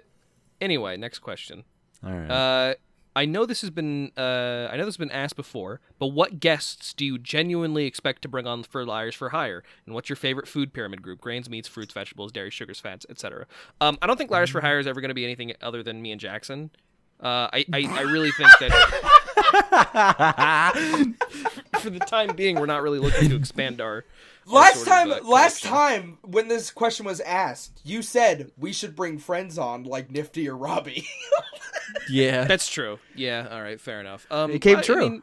Speaker 3: anyway, next question.
Speaker 5: All right.
Speaker 3: Uh, I know this has been uh, I know this has been asked before, but what guests do you genuinely expect to bring on for Liars for Hire? And what's your favorite food pyramid group? Grains, meats, fruits, vegetables, dairy, sugars, fats, etc. Um, I don't think Liars for Hire is ever going to be anything other than me and Jackson. Uh, I, I I really think that Uh, for the time being, we're not really looking to expand our. our
Speaker 4: Last
Speaker 3: sort of,
Speaker 4: time,
Speaker 3: uh,
Speaker 4: last
Speaker 3: collection.
Speaker 4: time when this question was asked, you said we should bring friends on like Nifty or Robbie.
Speaker 5: yeah.
Speaker 3: That's true. Yeah. All right. Fair enough. Um,
Speaker 5: It came
Speaker 3: I- I
Speaker 5: true.
Speaker 3: mean,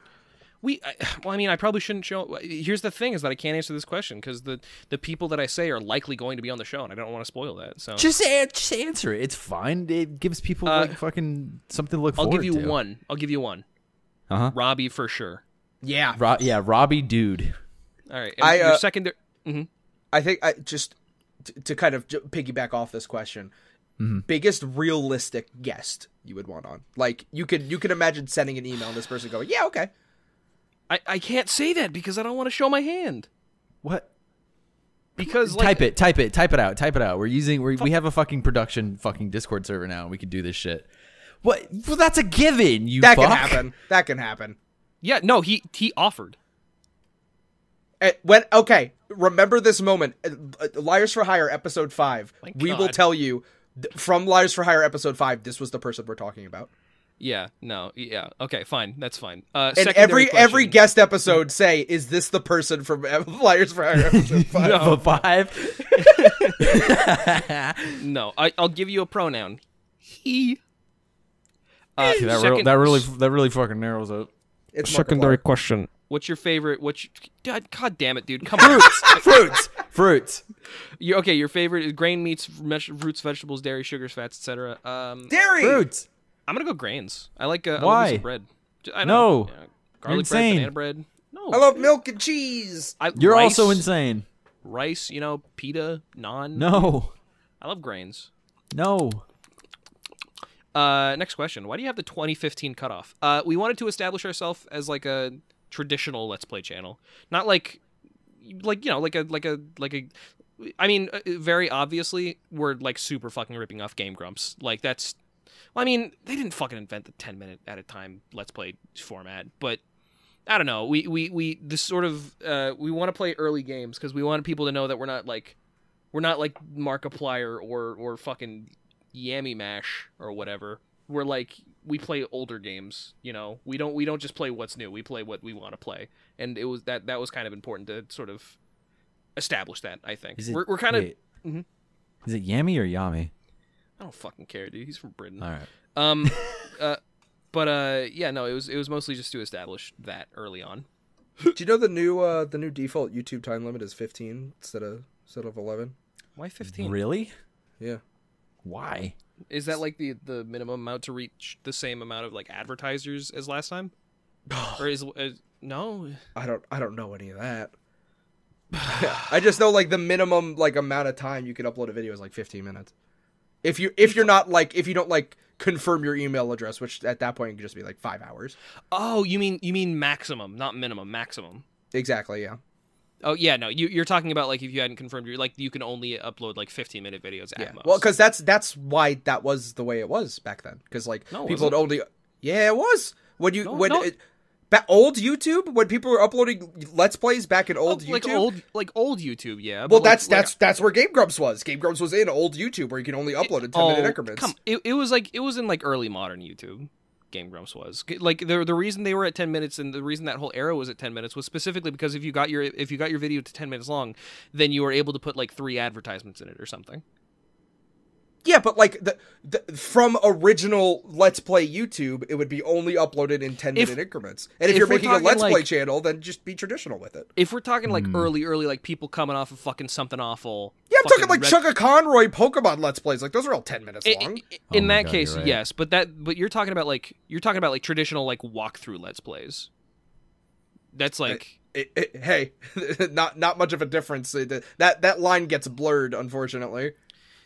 Speaker 3: we. I, well, I mean, I probably shouldn't show. uh, Here's the thing: is that I can't answer this question because the the people that I say are likely going to be on the show, and I don't want to spoil that. So
Speaker 5: Just, an- just answer it. It's fine. It gives people
Speaker 3: Uh,
Speaker 5: like fucking something to look
Speaker 3: I'll
Speaker 5: forward
Speaker 3: give
Speaker 5: to.
Speaker 3: you one. I'll give you one.
Speaker 5: Uh-huh.
Speaker 3: Robbie for sure.
Speaker 4: yeah,
Speaker 5: Ro- yeah, Robbie, dude.
Speaker 3: All right.
Speaker 4: I,
Speaker 3: I,
Speaker 4: uh,
Speaker 3: your secondary.
Speaker 4: I think I just t- to kind of j- piggyback off this question.
Speaker 5: Mm-hmm.
Speaker 4: Biggest realistic guest you would want on, like you could you could imagine sending an email and this person going, yeah, okay,
Speaker 3: I, I can't say that because I don't want to show my hand.
Speaker 5: What?
Speaker 3: Because like,
Speaker 5: type it. Type it. Type it out. Type it out. We're using. We're, we have a fucking production fucking Discord server now. and We can do this shit. What? Well, that's a given. You
Speaker 4: that
Speaker 5: fuck.
Speaker 4: can happen, that can happen.
Speaker 3: Yeah. No. He he offered.
Speaker 4: Eh, when okay, remember this moment, eh, eh, Liars for Hire episode five.
Speaker 3: My
Speaker 4: We will
Speaker 3: God.
Speaker 4: tell you th- from Liars for Hire episode five. This was the person we're talking about.
Speaker 3: Yeah. No. Yeah. Okay. Fine. That's fine. Uh,
Speaker 4: And
Speaker 3: secondary
Speaker 4: every every
Speaker 3: question.
Speaker 4: guest episode say, "Is this the person from eh, Liars for Hire episode five?
Speaker 5: Of a five.
Speaker 3: No, I, I'll give you a pronoun. He. Uh,
Speaker 5: See, Ah, that, real,
Speaker 3: second-
Speaker 5: that really that really fucking narrows it.
Speaker 4: It's Markiplier.
Speaker 2: question.
Speaker 3: What's your favorite? What's your, God, God damn it, dude! Come on.
Speaker 5: fruits, fruits.
Speaker 3: you okay, your favorite is grain, meats, mesh, roots, vegetables, dairy, sugars, fats, etc. Um,
Speaker 4: Dairy.
Speaker 5: Fruits.
Speaker 3: I'm gonna go grains. I like. Uh, I love me
Speaker 5: Why?
Speaker 3: some bread. J- I don't
Speaker 5: No.
Speaker 3: know, yeah, garlic bread,
Speaker 5: insane.
Speaker 3: banana bread. No,
Speaker 4: I love milk and cheese.
Speaker 3: I-
Speaker 5: You're
Speaker 3: rice-
Speaker 5: also insane.
Speaker 3: rice. You know, pita, naan.
Speaker 5: No,
Speaker 3: I love grains.
Speaker 5: no.
Speaker 3: Uh, next question. Why do you have the 2015 cutoff? Uh, we wanted to establish ourselves as like a traditional Let's Play channel, not like, like you know, like a like a like a. I mean, uh, very obviously, we're like super fucking ripping off Game Grumps. Like that's, well, I mean, they didn't fucking invent the 10 minute at a time Let's Play format, but I don't know. We we we this sort of uh, we want to play early games because we want people to know that we're not like, we're not like Markiplier or or fucking Yammy Mash or whatever. We're like we play older games, you know. We don't we don't just play what's new. We play what we want to play, and it was that that was kind of important to sort of establish that. I think
Speaker 5: Is it-
Speaker 3: we're, we're kind of
Speaker 5: wait.
Speaker 3: Mhm.
Speaker 5: Is it yummy or yummy?
Speaker 3: I don't fucking care, dude. He's from Britain.
Speaker 5: All right.
Speaker 3: Um, uh, but uh, yeah, no, it was it was mostly just to establish that early on.
Speaker 4: Do you know the new uh, the new default YouTube time limit is 15 instead of instead of 11?
Speaker 3: Why fifteen?
Speaker 5: Really?
Speaker 4: Yeah.
Speaker 5: Why?
Speaker 3: Is that like the the minimum amount to reach the same amount of like advertisers as last time? or is uh, no?
Speaker 4: I don't I don't know any of that. I just know like the minimum like amount of time you can upload a video is like 15 minutes. If you if you're not like if you don't like confirm your email address, which at that point could just be like 5 hours.
Speaker 3: Oh, you mean you mean maximum, not minimum, maximum.
Speaker 4: Exactly, yeah.
Speaker 3: Oh yeah, no, you you're talking about like if you hadn't confirmed your like you can only upload like 15 minute videos at
Speaker 4: Yeah.
Speaker 3: most.
Speaker 4: Well, cuz that's that's why that was the way it was back then cuz like
Speaker 3: No, it
Speaker 4: people had only Yeah, it was. When you
Speaker 3: No,
Speaker 4: when
Speaker 3: no.
Speaker 4: It, ba- old YouTube when people were uploading let's plays back in old YouTube
Speaker 3: Oh, like old like old YouTube, yeah. but,
Speaker 4: Well,
Speaker 3: like-
Speaker 4: that's
Speaker 3: like-
Speaker 4: that's that's where Game Grumps was. Game Grumps was in old YouTube where you can only upload in ten minute increments.
Speaker 3: oh, Come, it, it was like it was in like early modern YouTube. Game Grumps was G- like the the reason they were at ten minutes and the reason that whole era was at ten minutes was specifically because if you got your if you got your video to ten minutes long, then you were able to put like three advertisements in it or something.
Speaker 4: Yeah, but like the, the from original Let's Play YouTube, it would be only uploaded in ten
Speaker 3: If-
Speaker 4: minute increments. And if,
Speaker 3: if
Speaker 4: you're
Speaker 3: we're
Speaker 4: making a
Speaker 3: talking,
Speaker 4: Let's Play
Speaker 3: like-
Speaker 4: channel, then just be traditional with it.
Speaker 3: If we're talking
Speaker 5: Hmm.
Speaker 3: like early early like people coming off of fucking something awful.
Speaker 4: Yeah, I'm talking
Speaker 3: fucking
Speaker 4: like
Speaker 3: Red-
Speaker 4: Chugga Conroy Pokemon Let's Plays. Like those are all ten minutes
Speaker 3: I- I-
Speaker 4: long.
Speaker 3: I- in
Speaker 5: Oh my
Speaker 3: that
Speaker 5: God,
Speaker 3: case,
Speaker 5: you're right.
Speaker 3: yes, but that but you're talking about like you're talking about like traditional like walkthrough let's plays. That's like
Speaker 4: It- it- hey, not not much of a difference. It- That that line gets blurred, unfortunately.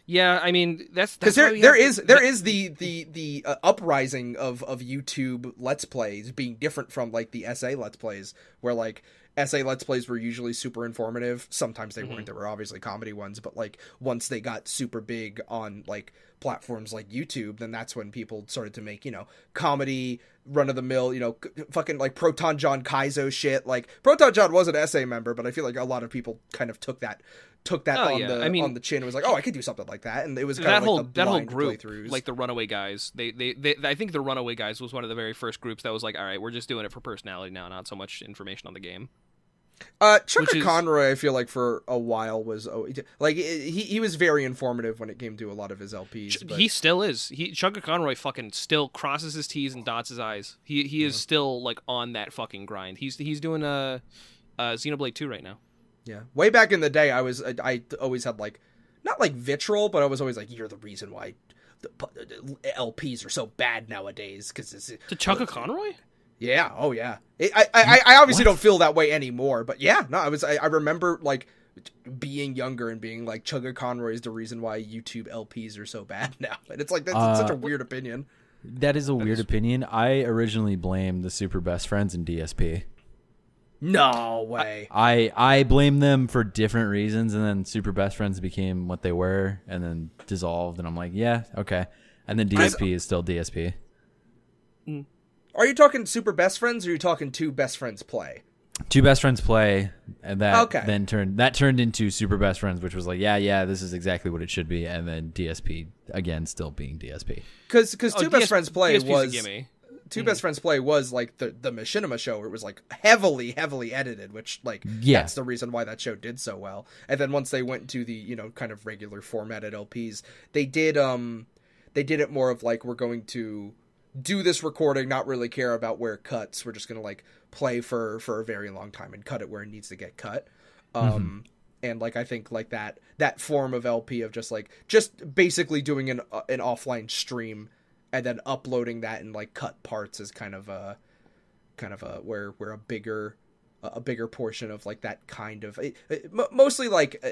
Speaker 3: yeah. I mean that's
Speaker 4: because
Speaker 3: that's why
Speaker 4: there
Speaker 3: we
Speaker 4: there
Speaker 3: have-
Speaker 4: is there is the the the uh, uprising of of YouTube Let's Plays being different from like the SA Let's Plays, where like SA Let's Plays were usually super informative. Sometimes they
Speaker 3: Mm-hmm.
Speaker 4: weren't. There were obviously comedy ones, but like once they got super big on like platforms like YouTube, then that's when people started to make you know comedy run of the mill, you know, c- fucking like Proton John Kaizo shit. Like Proton John was an SA member, but I feel like a lot of people kind of took that took that
Speaker 3: Oh,
Speaker 4: on
Speaker 3: yeah.
Speaker 4: the
Speaker 3: I mean-
Speaker 4: on the chin and was like, "Oh, I could do something like that." And it was kind
Speaker 3: that
Speaker 4: of
Speaker 3: whole
Speaker 4: like the
Speaker 3: that whole
Speaker 4: blind
Speaker 3: group,
Speaker 4: playthroughs.
Speaker 3: like the Runaway Guys, they, they they I think the Runaway Guys was one of the very first groups that was like, all right, we're just doing it for personality now, not so much information on the game.
Speaker 4: uh, Chuck
Speaker 3: which is-
Speaker 4: Conroy, I feel like for a while was oh, like he he was very informative when it came to a lot of his LPs.
Speaker 3: Ch-
Speaker 4: but-
Speaker 3: He still is. He Chugga Conroy fucking still crosses his T's and dots his I's. He he is still like on that fucking grind. He's he's doing uh, uh Xenoblade 2 right now.
Speaker 4: Yeah. Way back in the day, I was I, I always had like not like vitriol, but I was always like, "You're the reason why." The pu- uh, the LPs are so bad nowadays because it's
Speaker 3: To Chugga Conroy?
Speaker 4: yeah oh yeah it, I, I I- I obviously don't feel that way anymore but yeah no I was I, I remember like being younger and being like Chugga Conroy is the reason why YouTube LPs are so bad now and it's like that's
Speaker 5: Uh,
Speaker 4: such a weird opinion
Speaker 5: That is a weird opinion. I originally blamed the Super Best Friends and DSP.
Speaker 4: no way
Speaker 5: I I blame them for different reasons, and then Super Best Friends became what they were, and then dissolved. And I'm like, yeah, okay. And then DSP is still DSP.
Speaker 4: are you talking super best friends or are you talking two best friends play
Speaker 5: Two best friends play, and that
Speaker 4: Okay.
Speaker 5: then turned that turned into Super Best Friends, which was like, yeah, yeah, this is exactly what it should be. And then DSP again, still being DSP.
Speaker 4: because because
Speaker 3: Two
Speaker 4: two best friends play was
Speaker 3: gimme.
Speaker 4: Two Best Friends Play was like the the Machinima show where it was like heavily heavily edited, which like
Speaker 5: Yeah.
Speaker 4: that's the reason why that show did so well. And then once they went to the you know kind of regular formatted LPs, they did um they did it more of like we're going to do this recording, not really care about where it cuts. We're just gonna like play for for a very long time and cut it where it needs to get cut. Um and like I think like that that form of LP of just like just basically doing an uh, an offline stream and then uploading that in like cut parts is kind of a kind of a where where a bigger a bigger portion of like that kind of it, it- mo- mostly like eh,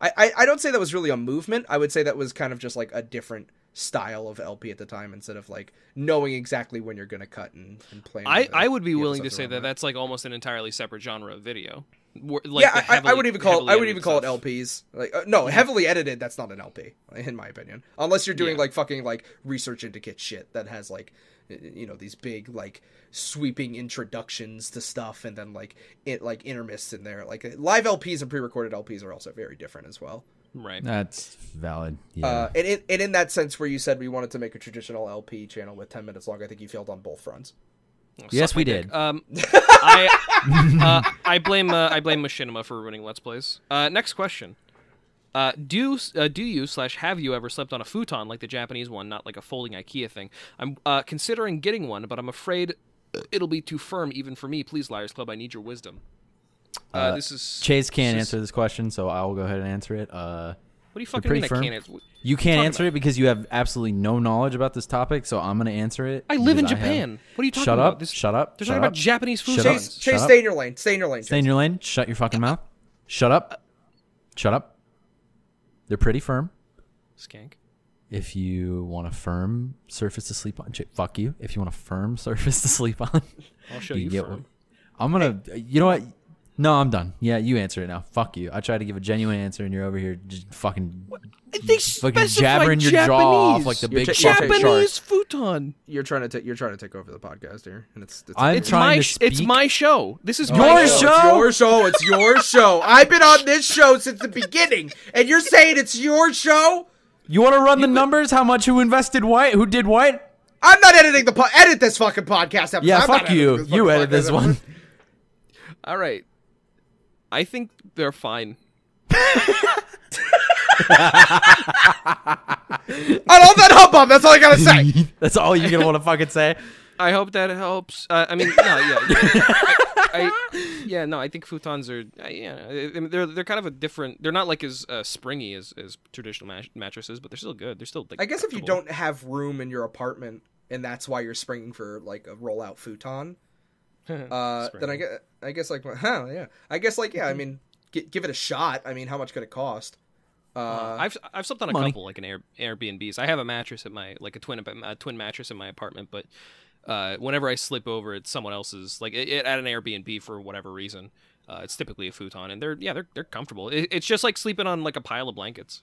Speaker 4: I, I I don't say that was really a movement. I would say that was kind of just like a different style of LP at the time instead of like knowing exactly when you're gonna cut and, and playing.
Speaker 3: I,
Speaker 4: the-
Speaker 3: I would be
Speaker 4: the
Speaker 3: willing to
Speaker 4: episodes
Speaker 3: say
Speaker 4: around
Speaker 3: that that's like almost an entirely separate genre of video. Where- Like
Speaker 4: yeah,
Speaker 3: the
Speaker 4: I- I, I
Speaker 3: heavily-
Speaker 4: would even call it,
Speaker 3: heavily
Speaker 4: I would
Speaker 3: edited
Speaker 4: even call it
Speaker 3: stuff.
Speaker 4: LPs. Like uh, no, heavily edited. That's not an LP, in my opinion. Unless you're doing
Speaker 3: Yeah.
Speaker 4: like fucking like research into kit shit that has like, y- you know, these big like sweeping introductions to stuff and then like it like intermists in there. Like uh, live LPs and pre-recorded LPs are also very different as well.
Speaker 3: Right.
Speaker 5: That's valid. Yeah.
Speaker 4: Uh, and in, and in that sense, where you said we wanted to make a traditional LP channel with ten minutes long, I think you failed on both fronts.
Speaker 3: Suck
Speaker 5: yes,
Speaker 3: my
Speaker 5: we
Speaker 3: dick.
Speaker 5: did.
Speaker 3: Um, I uh, I blame uh, I blame Machinima for ruining Let's Plays. Uh, next question: uh, Do uh, do you slash have you ever slept on a futon like the Japanese one, not like a folding IKEA thing? I'm uh, considering getting one, but I'm afraid it'll be too firm even for me. Please, Liars Club, I need your wisdom. Uh, this is
Speaker 5: Chase can't
Speaker 3: this is-
Speaker 5: answer this question, so I will go ahead and answer it. Uh,
Speaker 3: What do you fucking
Speaker 5: pretty
Speaker 3: mean? I
Speaker 5: firm.
Speaker 3: can't answer.
Speaker 5: you can't
Speaker 3: talking
Speaker 5: answer it because you have absolutely no knowledge about this topic, so I'm going to answer it.
Speaker 3: I live in
Speaker 5: because have-
Speaker 3: Japan. What are you talking
Speaker 5: shut
Speaker 3: about?
Speaker 5: Up,
Speaker 3: This-
Speaker 5: shut up.
Speaker 3: They're
Speaker 5: shut
Speaker 3: talking
Speaker 5: up.
Speaker 3: about Japanese food.
Speaker 5: Shut up.
Speaker 4: Chase, Chase,
Speaker 5: up.
Speaker 4: stay in your lane. Stay in your lane.
Speaker 5: Stay in your lane. Shut your fucking mouth. Shut up. Shut up. They're pretty firm.
Speaker 3: Skank.
Speaker 5: If you want a firm surface to sleep on, ch- fuck you. If you want a firm surface to sleep on,
Speaker 3: I'll show
Speaker 5: you
Speaker 3: you.
Speaker 5: get
Speaker 3: firm.
Speaker 5: one. I'm gonna. You know what? No, I'm done. Yeah, you answer it now. Fuck you. I tried to give a genuine answer, and you're over here just fucking
Speaker 3: They
Speaker 5: fucking jabbering your jaw off like the
Speaker 4: You're
Speaker 5: big
Speaker 4: ta- you're
Speaker 5: fucking
Speaker 4: taking-
Speaker 5: shark.
Speaker 3: Japanese futon.
Speaker 4: You're trying to take you're trying to take over the podcast here, and it's, it's
Speaker 5: I'm
Speaker 3: It's
Speaker 5: trying
Speaker 3: my
Speaker 5: to
Speaker 3: sh- it's
Speaker 5: speak. Oh.
Speaker 3: my show. This is
Speaker 5: Your
Speaker 3: my
Speaker 5: show.
Speaker 4: It's your show. It's your show. I've been on this show since the beginning, and you're saying it's your show?
Speaker 5: You want to run the numbers? How much? Who invested? What? Who did what?
Speaker 4: I'm not editing the po- edit this fucking podcast episode.
Speaker 5: Yeah,
Speaker 4: I'm not
Speaker 5: fuck
Speaker 4: editing
Speaker 5: you.
Speaker 4: this
Speaker 5: You
Speaker 4: fucking
Speaker 5: edit
Speaker 4: podcast
Speaker 5: this
Speaker 4: episode.
Speaker 5: one.
Speaker 3: All right. I think they're fine.
Speaker 4: I love that hubbub. That's all I gotta say.
Speaker 5: That's all you're gonna want to fucking say.
Speaker 3: I hope that helps. Uh, I mean, no, yeah, I, I- yeah, no. I think futons are, uh, yeah, I mean, they're they're kind of a different. They're not like as uh, springy as, as traditional mat- mattresses, but they're still good. They're still. Like,
Speaker 4: I guess if you
Speaker 3: comfortable.
Speaker 4: don't have room in your apartment, and that's why you're springing for like a rollout futon, uh, then I guess I guess like huh yeah I guess like yeah I mean gi- give it a shot I mean how much could it cost? Uh,
Speaker 3: I've I've slept on a
Speaker 5: money.
Speaker 3: couple like an Air, Airbnbs. I have a mattress at my like a twin a twin mattress in my apartment, but uh, whenever I slip over at someone else's, like it, it, at an Airbnb for whatever reason, uh, it's typically a futon, and they're yeah they're they're comfortable. It, it's just like sleeping on like a pile of blankets.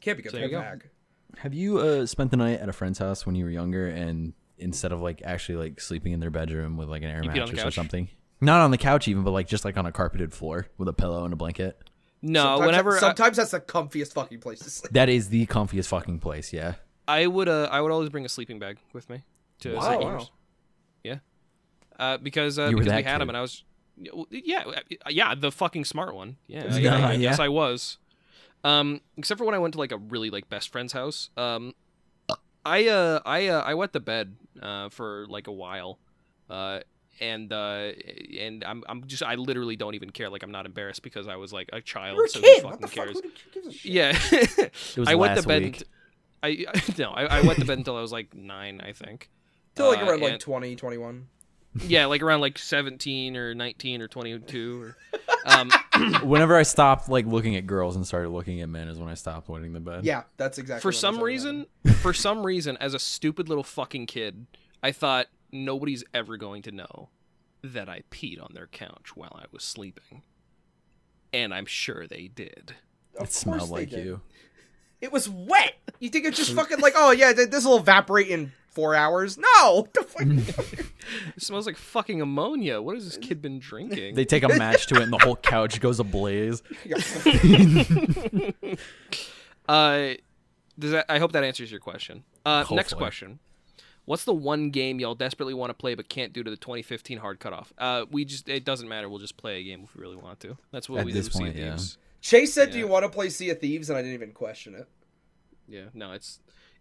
Speaker 4: can't be good
Speaker 3: so
Speaker 4: for
Speaker 3: there
Speaker 4: the
Speaker 3: you go.
Speaker 4: bag.
Speaker 5: Have you uh, spent the night at a friend's house when you were younger, and instead of like actually like sleeping in their bedroom with like an air
Speaker 3: You peed on the
Speaker 5: mattress or
Speaker 3: couch?
Speaker 5: something? Not on the couch even, but like just like on a carpeted floor with a pillow and a blanket.
Speaker 3: No,
Speaker 4: Sometimes-
Speaker 3: whenever uh, I-
Speaker 4: sometimes that's the comfiest fucking place to sleep.
Speaker 5: That is the comfiest fucking place. Yeah.
Speaker 3: I would uh, I would always bring a sleeping bag with me to
Speaker 4: Wow.
Speaker 3: sleep
Speaker 4: Wow.
Speaker 3: rooms. Yeah, uh, because uh,
Speaker 5: You were
Speaker 3: because we
Speaker 5: that
Speaker 3: had them
Speaker 5: kid.
Speaker 3: and I was yeah well, yeah uh, yeah the fucking smart one yeah I,
Speaker 5: Yeah,
Speaker 3: I, I guess
Speaker 5: yeah.
Speaker 3: I was um except for when I went to like a really like best friend's house um I uh I uh, I wet the bed uh for like a while uh and uh and I'm I'm just I literally don't even care like I'm not embarrassed because I was like a child so who
Speaker 4: What
Speaker 3: fucking
Speaker 4: the fuck?
Speaker 3: cares
Speaker 4: Who the- who gives a shit?
Speaker 3: yeah.
Speaker 5: was
Speaker 3: I went
Speaker 5: last
Speaker 3: to bed.
Speaker 5: week.
Speaker 3: I no, I, I went to bed until I was like nine, I think.
Speaker 4: Till like
Speaker 3: Uh,
Speaker 4: around like
Speaker 3: and-
Speaker 4: 20, 21.
Speaker 3: yeah, like around like seventeen or nineteen or twenty-two. Or, um,
Speaker 5: Whenever I stopped like looking at girls and started looking at men is when I stopped wetting the bed.
Speaker 4: Yeah, that's exactly.
Speaker 3: for
Speaker 4: when I
Speaker 3: some
Speaker 4: started
Speaker 3: reason, for some reason, as a stupid little fucking kid, I thought nobody's ever going to know that I peed on their couch while I was sleeping, and I'm sure they did.
Speaker 4: having that. Of
Speaker 5: It smelled
Speaker 4: course they
Speaker 5: like
Speaker 4: did.
Speaker 5: you.
Speaker 4: It was wet. You think it's just fucking like, oh yeah, th- this will evaporate in four hours? No. The fuck-
Speaker 3: It smells like fucking ammonia. What has this kid been drinking?
Speaker 5: They take a match to it and the whole couch goes ablaze.
Speaker 3: Uh, does that? I hope that answers your question. Uh, next
Speaker 5: Hopefully.
Speaker 3: question. What's the one game y'all desperately want to play but can't due to the 2015 hard cutoff? Uh, we just it doesn't matter. We'll just play a game if we really want to. That's what
Speaker 5: At
Speaker 3: we
Speaker 5: this
Speaker 3: do. with Sea of
Speaker 5: point, yeah.
Speaker 3: Thieves.
Speaker 4: Chase said, "Do you want to play Sea of Thieves?" And I didn't even question it.
Speaker 3: Yeah. No, it's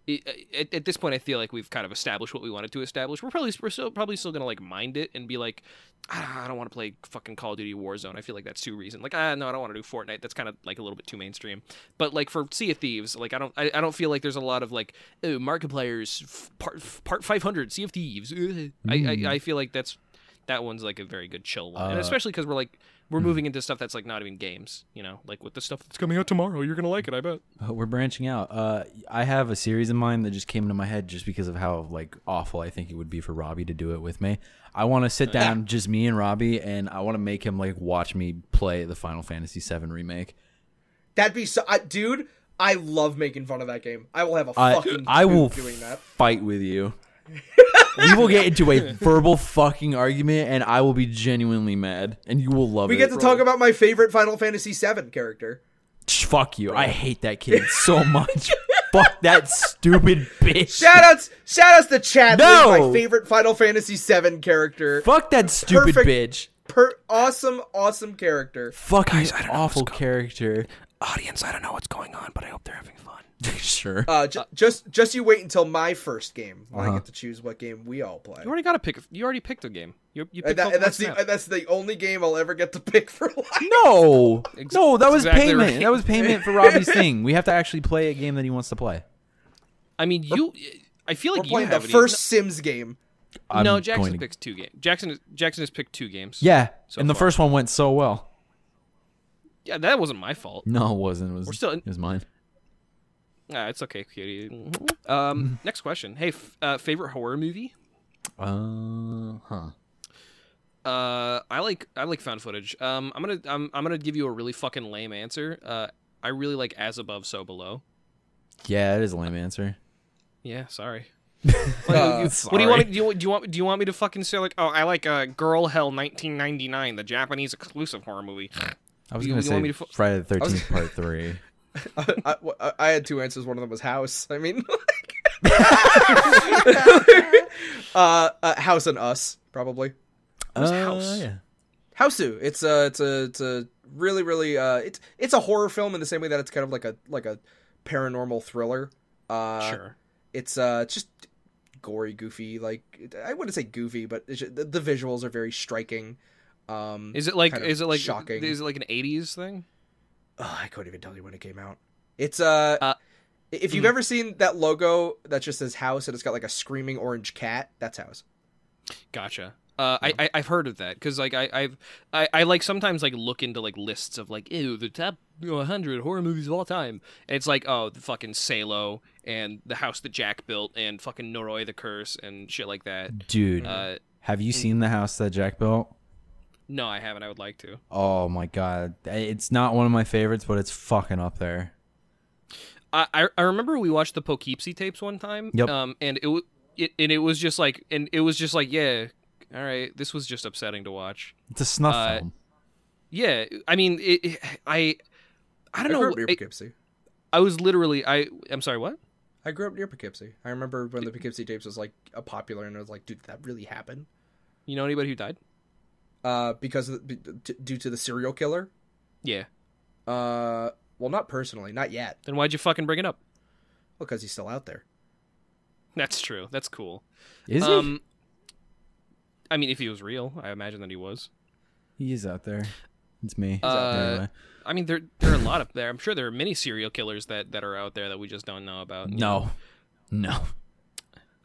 Speaker 3: it, at, at this point I feel like we've kind of established what we wanted to establish. We're probably we're still probably still gonna like mind it and be like, ah, I don't want to play fucking Call of Duty Warzone. I feel like that's too recent. Like ah no, I don't want to do Fortnite. That's kind of like a little bit too mainstream. But like for Sea of Thieves, like I don't I, I don't feel like there's a lot of like oh, Markiplier's f- part f- part 500 Sea of Thieves. Ugh. I, I I feel like that's that one's like a very good chill one, and
Speaker 5: Uh,
Speaker 3: especially because we're like. We're moving into stuff that's like not even games, you know, like with the stuff that's coming out tomorrow. You're gonna like it, I bet.
Speaker 5: Uh, we're branching out. Uh, I have a series in mind that just came into my head just because of how like awful I think it would be for Robbie to do it with me. I want to sit down, just me and Robbie, and I want to make him like watch me play the Final Fantasy VII remake.
Speaker 4: That'd be so, I, dude. I love making fun of that game. I will have a
Speaker 5: I
Speaker 4: fucking.
Speaker 5: I
Speaker 4: hoot
Speaker 5: will
Speaker 4: doing that.
Speaker 5: fight with you. we will get into a verbal fucking argument, and I will be genuinely mad, and you will love
Speaker 4: We
Speaker 5: it.
Speaker 4: get to talk about my favorite Final Fantasy VII character.
Speaker 5: Shh, Fuck you! I hate that kid so much. Fuck that stupid bitch.
Speaker 4: Shoutouts, shoutouts to Chad.
Speaker 5: No!
Speaker 4: Lee, my favorite Final Fantasy VII character.
Speaker 5: Fuck that stupid
Speaker 4: Perfect.
Speaker 5: bitch.
Speaker 4: Per- awesome, awesome character.
Speaker 5: Fuck his awful character.
Speaker 3: audience, I don't know what's going on, but I hope they're having fun.
Speaker 5: sure.
Speaker 4: Uh, j- just just you wait until my first game. I get to choose what game we all play.
Speaker 3: You already got to pick. You already picked a game. You, you
Speaker 4: And,
Speaker 3: picked
Speaker 4: Uh, that- and
Speaker 3: Pokemon
Speaker 4: that's the
Speaker 3: Snap.
Speaker 4: and that's the only game I'll ever get to pick for life.
Speaker 5: no,
Speaker 3: Ex-
Speaker 5: no, that was
Speaker 3: exactly
Speaker 5: payment.
Speaker 3: right.
Speaker 5: That was payment for Robbie's thing. We have to actually play a game that he wants to play.
Speaker 3: I mean, you. I feel
Speaker 4: We're
Speaker 3: like you
Speaker 4: playing the
Speaker 3: have
Speaker 4: first Sims game.
Speaker 3: Even, no,
Speaker 5: I'm
Speaker 3: Jackson
Speaker 5: going to-
Speaker 3: picks two games. Jackson is- Jackson has picked two games.
Speaker 5: Yeah, and the
Speaker 3: far.
Speaker 5: first one went so well.
Speaker 3: yeah, that wasn't my fault.
Speaker 5: No, it wasn't. It was,
Speaker 3: We're still in-
Speaker 5: it was mine.
Speaker 3: Ah, it's okay, cutie.
Speaker 5: Mm-hmm.
Speaker 3: Um, next question. Hey, f- uh, favorite horror movie?
Speaker 5: Uh huh.
Speaker 3: Uh, I like I like found footage. Um, I'm gonna I'm, I'm gonna give you a really fucking lame answer. Uh, I really like As Above, So Below.
Speaker 5: Yeah, it is a lame answer.
Speaker 3: Yeah, sorry.
Speaker 4: Uh,
Speaker 3: What do you want? Me, do you do you want do you want me to fucking say like oh I like uh, Girl Hell 1999, the Japanese exclusive horror movie?
Speaker 5: I was
Speaker 3: you-
Speaker 5: gonna
Speaker 3: you
Speaker 5: say
Speaker 3: want me to fo-
Speaker 5: Friday the Thirteenth Part Three.
Speaker 4: I, I- I had two answers. One of them was house. I mean, like, uh, uh, house and us probably.
Speaker 5: Uh,
Speaker 3: House?
Speaker 5: yeah.
Speaker 4: Houseu. It's a it's a it's a really really uh it's it's a horror film in the same way that it's kind of like a like a paranormal thriller. Uh,
Speaker 3: sure.
Speaker 4: It's uh it's just gory, goofy. Like I wouldn't say goofy, but it's ju- the, the visuals are very striking. Um,
Speaker 3: Is it like
Speaker 4: kind of
Speaker 3: is it like
Speaker 4: shocking?
Speaker 3: Is it like an '80s thing?
Speaker 4: Ugh, I couldn't even tell you when it came out. It's uh,
Speaker 3: Uh,
Speaker 4: if you've ever seen that logo that just says house and it's got like a screaming orange cat, that's house.
Speaker 3: Gotcha. Uh, I, I I've heard of that because like I I've I, I like sometimes like look into like lists of like ew the top you know, 100 horror movies of all time and it's like oh the fucking Salo and the house that Jack built and fucking Noroi the curse and shit like that.
Speaker 4: Mm-hmm.
Speaker 5: Dude,
Speaker 3: Uh,
Speaker 5: have you seen the house that Jack built?
Speaker 3: no, I haven't. I would like to.
Speaker 5: Oh my god, it's not one of my favorites, but it's fucking up there.
Speaker 3: I, I- I remember we watched the Poughkeepsie tapes one time.
Speaker 5: Yep.
Speaker 3: Um, and it, wa- it and it was just like and it was just like yeah, all right, this was just upsetting to watch.
Speaker 5: It's a snuff
Speaker 3: Uh,
Speaker 5: film.
Speaker 3: Yeah, I mean, it, it- I, I
Speaker 4: I
Speaker 3: don't
Speaker 4: grew
Speaker 3: know.
Speaker 4: up near
Speaker 3: I,
Speaker 4: Poughkeepsie.
Speaker 3: I was literally I I'm sorry what?
Speaker 4: I grew up near Poughkeepsie. I remember when the Poughkeepsie tapes was like a popular, and I was like, dude, that really happened.
Speaker 3: You know anybody who died?
Speaker 4: Uh, because of the, d- due to the serial killer.
Speaker 3: Yeah.
Speaker 4: Uh, well, not personally, not yet.
Speaker 3: Then why'd you fucking bring it up?
Speaker 4: Well, because he's still out there.
Speaker 3: That's true. That's cool.
Speaker 5: Is
Speaker 3: um, I mean, if he was real, I imagine that he was.
Speaker 5: he? He's out there. It's me.
Speaker 3: Uh,
Speaker 5: Anyway.
Speaker 3: I mean, there there are a lot of there. I'm sure there are many serial killers that that are out there that we just don't know about. you know?
Speaker 5: No, no.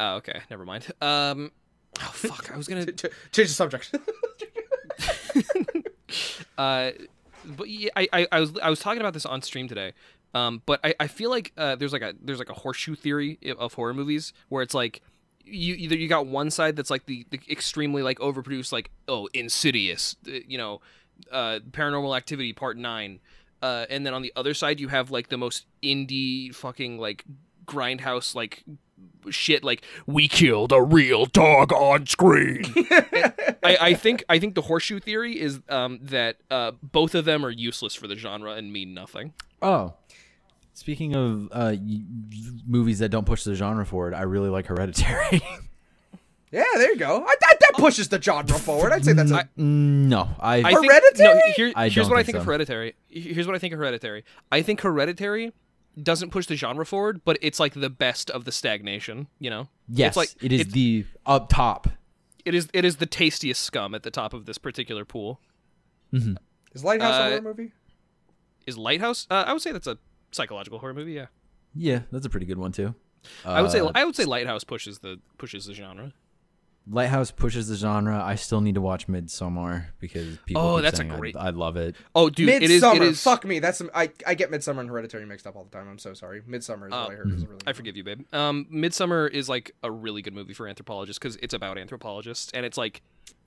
Speaker 3: Oh, okay. Never mind. Um. Oh fuck! I was gonna.
Speaker 4: Ch- ch- Change the subject.
Speaker 3: Uh, but yeah, I, I I was I was talking about this on stream today. Um, but I, I feel like uh, there's like a there's like a horseshoe theory i- of horror movies where it's like you either you got one side that's like the, the extremely like overproduced like oh insidious uh, you know uh paranormal activity part 9 uh and then on the other side you have like the most indie fucking like grindhouse like shit like we killed a real dog on screen I, I think I think the horseshoe theory is um, that uh, both of them are useless for the genre and mean nothing.
Speaker 5: Oh, speaking of uh, y- movies that don't push the genre forward, I really like Hereditary.
Speaker 4: yeah, there you go. I, that,
Speaker 3: Oh.
Speaker 4: that pushes the genre forward. I'd say that's a.
Speaker 5: no, I,
Speaker 3: I think-
Speaker 4: Hereditary?
Speaker 3: no, here-
Speaker 5: I
Speaker 3: here's
Speaker 5: don't
Speaker 3: what I
Speaker 5: think
Speaker 3: think of
Speaker 5: so.
Speaker 3: Hereditary. Here's what I think of Hereditary. I think Hereditary doesn't push the genre forward, but it's like the best of the stagnation. You know,
Speaker 5: yes,
Speaker 3: it's like
Speaker 5: it is
Speaker 3: it's-
Speaker 5: the up top.
Speaker 3: it is it is the tastiest scum at the top of this particular pool.
Speaker 4: Is Lighthouse
Speaker 3: Uh,
Speaker 4: a horror movie?
Speaker 3: Is Lighthouse? Uh, I would say that's a psychological horror movie. Yeah,
Speaker 5: Yeah, that's a pretty good one too.
Speaker 3: I would say
Speaker 5: Uh,
Speaker 3: I would say Lighthouse pushes the pushes the genre.
Speaker 5: Lighthouse pushes the genre. I still need to watch Midsommar because people.
Speaker 3: Oh,
Speaker 5: keep
Speaker 3: that's a
Speaker 5: saying I-
Speaker 3: great-
Speaker 5: I, love it.
Speaker 3: Oh, dude, it is
Speaker 4: Midsummer.
Speaker 3: it is.
Speaker 4: Fuck me. That's some, I. I get Midsummer and Hereditary mixed up all the time. I'm so sorry. Midsummer is what I heard. Is a really
Speaker 3: Oh, I forgive you, babe. Um, Midsummer is like a really good movie for anthropologists because it's about anthropologists, and it's like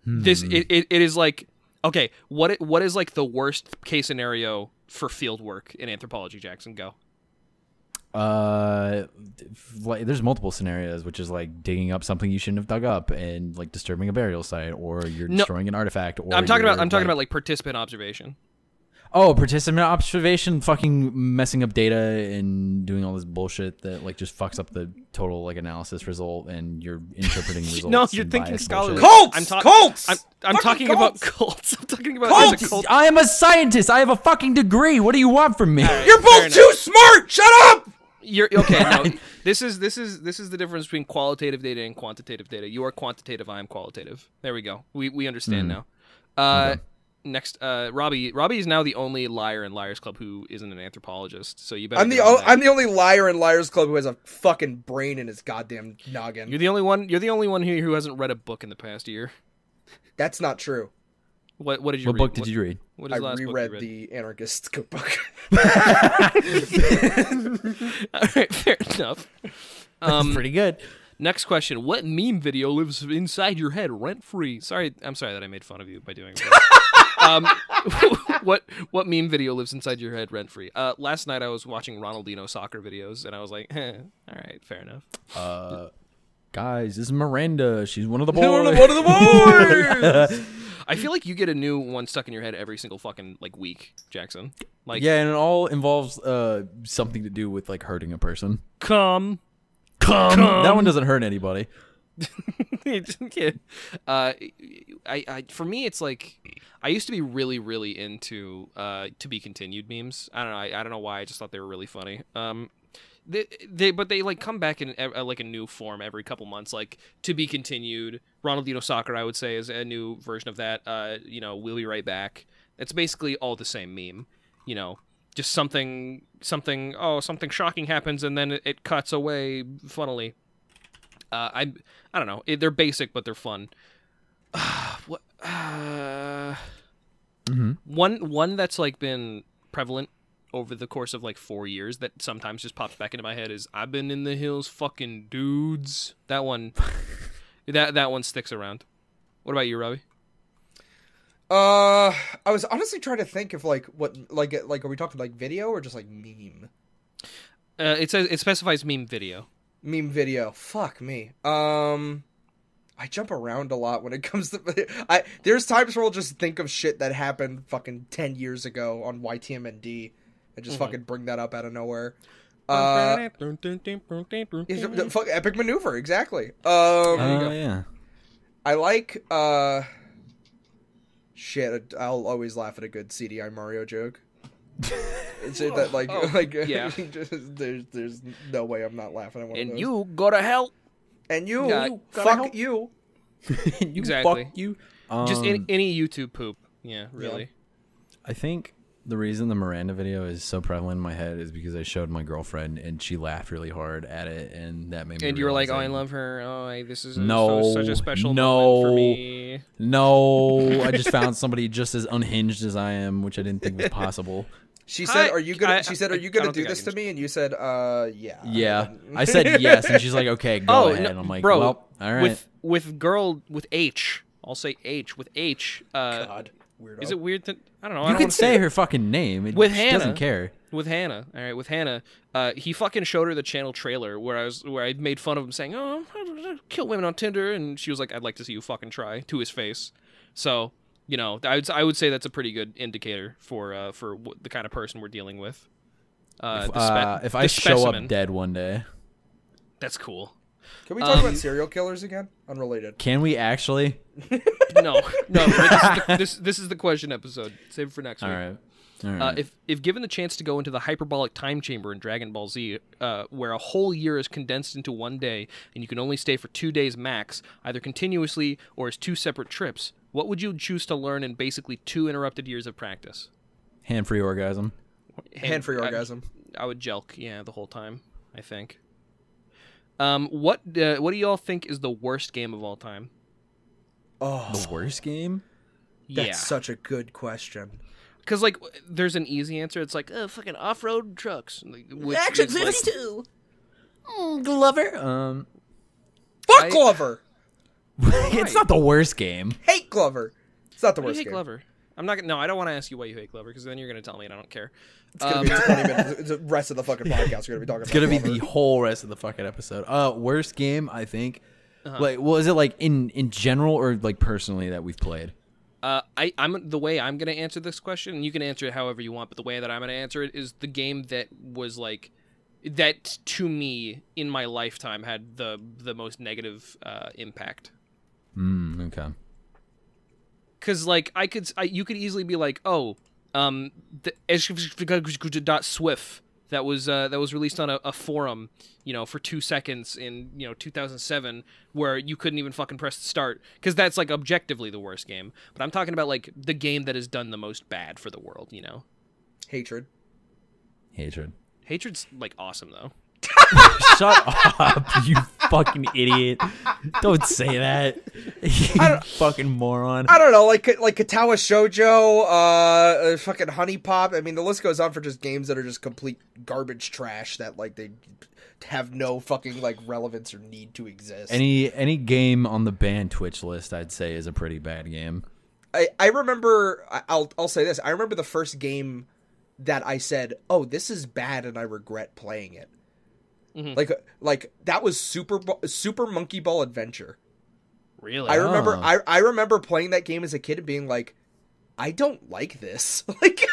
Speaker 5: Hmm.
Speaker 3: this. It, it, it is like okay, what i- what is like the worst case scenario for field work in anthropology? Jackson, go.
Speaker 5: Uh, like there's multiple scenarios, which is like digging up something you shouldn't have dug up, and like disturbing a burial site, or you're
Speaker 3: No.
Speaker 5: destroying an artifact. Or
Speaker 3: I'm talking about
Speaker 5: you're,
Speaker 3: I'm talking about like participant observation.
Speaker 5: oh participant observation, fucking messing up data and doing all this bullshit that like just fucks up the total like analysis result, and you're interpreting results.
Speaker 3: No, you're
Speaker 5: and
Speaker 3: thinking
Speaker 5: biased
Speaker 3: scholarly.
Speaker 5: bullshit.
Speaker 4: Cults!
Speaker 3: I'm
Speaker 4: Cults!
Speaker 3: I'm, I'm
Speaker 4: Fucking
Speaker 3: talking about cults. I'm talking about there's a
Speaker 4: Cults!
Speaker 3: cult.
Speaker 5: I am a scientist. I have a fucking degree. What do you want from me?
Speaker 4: You're
Speaker 3: Fair
Speaker 4: both
Speaker 3: enough.
Speaker 4: too smart. Shut up.
Speaker 3: You're okay. No, this is this is this is the difference between qualitative data and quantitative data. You are quantitative. I am qualitative. There we go. We we
Speaker 4: Mm.
Speaker 3: understand now. Uh, Next, uh, Robbie. Robbie is now the only liar in Liars Club who isn't an anthropologist. So you better.
Speaker 4: I'm the
Speaker 3: get on
Speaker 4: o-
Speaker 3: that.
Speaker 4: I'm the only liar in Liars Club who has a fucking brain in his goddamn noggin.
Speaker 3: You're the only one. You're the only one here who hasn't read a book in the past year.
Speaker 4: That's not true.
Speaker 3: What What did you?
Speaker 5: What
Speaker 3: read?
Speaker 5: book did you read?
Speaker 3: What
Speaker 4: I
Speaker 3: is the last book
Speaker 4: reread
Speaker 3: you read?
Speaker 4: the anarchist cookbook.
Speaker 3: All right, fair enough. Um,
Speaker 5: Pretty good.
Speaker 3: next question: What meme video lives inside your head, rent free? Sorry, I'm sorry that I made fun of you by doing that. um, what what meme video lives inside your head rent free? Uh, last night I was watching Ronaldinho soccer videos and I was like, eh, all right, fair enough.
Speaker 5: Uh, guys, this is Miranda. She's one of the boys.
Speaker 4: One of the- one of the boys.
Speaker 3: I feel like you get a new one stuck in your head every single fucking like week, Jackson. Like,
Speaker 5: yeah, and it all involves uh something to do with like hurting a person.
Speaker 3: come. Um,
Speaker 5: Come. That one doesn't hurt anybody.
Speaker 3: yeah. uh, I, I for me it's like I used to be really really into uh, to be continued memes. I don't know. I, I don't know why. I just thought they were really funny. Um, they, they but they like come back in uh, like a new form every couple months. Like to be continued. Ronaldinho soccer I would say is a new version of that. Uh, you know, we'll be right back. It's basically all the same meme. You know. Just something, something, oh, something shocking happens, and then it, it cuts away funnily. Uh, I I don't know. It, they're basic, but they're fun. what? Uh,
Speaker 5: Mhm.
Speaker 3: One one that's like been prevalent over the course of like four years that sometimes just pops back into my head is I've been in the hills, fucking dudes. That one, that that one sticks around. What about you, Robbie?
Speaker 4: Uh, I was honestly trying to think of like what like like are we talking like video or just like meme
Speaker 3: Uh, it says it specifies meme video.
Speaker 4: meme video? Fuck me. Um, I jump around a lot when it comes to I. There's times where I'll just think of shit that happened fucking ten years ago on YTMND and
Speaker 3: Mm-hmm.
Speaker 4: just fucking bring that up out of nowhere. Uh, Is it- fuck, epic maneuver, exactly. Um,
Speaker 5: Oh yeah.
Speaker 4: I like. uh Shit, I'll always laugh at a good CDI Mario joke. It's it that like
Speaker 3: Oh,
Speaker 4: like
Speaker 3: yeah.
Speaker 4: just- there's there's no way I'm not laughing at one of
Speaker 3: and
Speaker 4: those.
Speaker 3: you go to hell.
Speaker 4: and you
Speaker 3: Yeah,
Speaker 4: you,
Speaker 5: gotta
Speaker 4: fuck
Speaker 5: help.
Speaker 4: you.
Speaker 5: you
Speaker 3: Exactly.
Speaker 5: fuck you.
Speaker 3: Just any,
Speaker 5: Um,
Speaker 3: any YouTube poop. Yeah, really.
Speaker 5: I think the reason the Miranda video is so prevalent in my head is because I showed my girlfriend and she laughed really hard at it, and that made me.
Speaker 3: And you were like,
Speaker 5: realize
Speaker 3: "Oh, I
Speaker 5: that-
Speaker 3: love her. Oh, I, this is
Speaker 5: No,
Speaker 3: so, such a special moment for
Speaker 5: no.
Speaker 3: me."
Speaker 5: No, I just found somebody just as unhinged as I am, which I didn't think was possible.
Speaker 4: She said,
Speaker 3: I-
Speaker 4: "Are you gonna?"
Speaker 3: I-
Speaker 4: she said,
Speaker 3: I-
Speaker 4: "Are you
Speaker 3: I
Speaker 4: gonna
Speaker 3: don't
Speaker 4: do
Speaker 3: think I
Speaker 4: this
Speaker 3: can-
Speaker 4: to me?" And you said, "Uh, yeah."
Speaker 5: yeah,
Speaker 4: And-
Speaker 5: I said yes, and she's like, "Okay, go
Speaker 3: oh,
Speaker 5: ahead."
Speaker 3: no,
Speaker 5: and I'm like,
Speaker 3: bro,
Speaker 5: "Well, all right."
Speaker 3: with with girl with H, I'll say H with H. Uh,
Speaker 4: God, weirdo.
Speaker 3: is it weird that I don't know? I
Speaker 5: you
Speaker 3: don't
Speaker 5: can
Speaker 3: wanna
Speaker 5: say her fucking name. It,
Speaker 3: With
Speaker 5: she doesn't
Speaker 3: Hannah.
Speaker 5: care.
Speaker 3: with Hannah. All right, with Hannah, uh, he fucking showed her the channel trailer where I was where I made fun of him saying, "Oh, kill women on Tinder," and she was like, "I'd like to see you fucking try" to his face. So you know, I would I would say that's a pretty good indicator for uh, for what, the kind of person we're dealing with. Uh, the spe-
Speaker 5: Uh, if I
Speaker 3: the
Speaker 5: show
Speaker 3: specimen.
Speaker 5: up dead one day,
Speaker 3: that's cool.
Speaker 4: Can we talk
Speaker 3: Um,
Speaker 4: about serial killers again? Unrelated.
Speaker 5: can we actually?
Speaker 3: No, no, this is, the, this, this is the question episode. Save it for next
Speaker 5: All
Speaker 3: week.
Speaker 5: right. All right.
Speaker 3: Uh, if if given the chance to go into the hyperbolic time chamber in Dragon Ball Z, uh, where a whole year is condensed into one day and you can only stay for two days max, either continuously or as two separate trips, what would you choose to learn in basically two interrupted years of practice?
Speaker 5: Hand free orgasm.
Speaker 4: Hand for your
Speaker 3: I-
Speaker 4: orgasm.
Speaker 3: I would jelk, yeah, the whole time. I think. Um, what uh, what do y'all think is the worst game of all time?
Speaker 4: Oh,
Speaker 5: The worst game?
Speaker 4: that's
Speaker 3: yeah.
Speaker 4: such a good question.
Speaker 3: Because like, w- there's an easy answer. It's like, oh, fucking off-road trucks. Like, which is, like- Oh,
Speaker 5: Glover. Um,
Speaker 4: Fuck
Speaker 3: I-
Speaker 4: Glover.
Speaker 5: it's not the worst game.
Speaker 4: Hate Glover. It's not the
Speaker 3: Why do
Speaker 4: worst
Speaker 3: you hate
Speaker 4: game.
Speaker 3: Glover? I'm not. gonna No, I don't want to ask you why you hate Glover because then you're gonna tell me and I don't care.
Speaker 4: It's gonna
Speaker 3: Um,
Speaker 4: be 20 minutes. The rest of the fucking podcast we're gonna be talking.
Speaker 5: It's gonna be the whole rest of the fucking episode. Uh, worst game I think.
Speaker 3: Uh-huh.
Speaker 5: Like, well, is it like in in general or like personally that we've played?
Speaker 3: uh, I, I'm the way I'm gonna answer this question. and You can answer it however you want, but the way that I'm gonna answer it is the game that was like that to me in my lifetime had the the most negative uh, impact.
Speaker 5: Mm, okay.
Speaker 3: because like I could, I, you could easily be like, oh, um, the Swift that was uh, that was released on a, a forum, you know, for two seconds in you know 2007, where you couldn't even fucking press start because that's like objectively the worst game. But I'm talking about like the game that has done the most bad for the world. You know,
Speaker 4: hatred.
Speaker 5: Hatred.
Speaker 3: hatred's like awesome though.
Speaker 5: Shut up, you fucking idiot! Don't say that. You fucking moron.
Speaker 4: I don't know, like like Katawa Shoujo, uh, uh, fucking Honey Pop. I mean, the list goes on for just games that are just complete garbage trash that like they have no fucking like relevance or need to exist.
Speaker 5: Any any game on the banned Twitch list, I'd say, is a pretty bad game.
Speaker 4: I I remember I- I'll I'll say this. I remember the first game that I said, "Oh, this is bad," and I regret playing it. Like like that was Super Bo- Super Monkey Ball Adventure.
Speaker 3: Really,
Speaker 4: I remember
Speaker 5: Oh.
Speaker 4: I, I remember playing that game as a kid and being like, I don't like this. like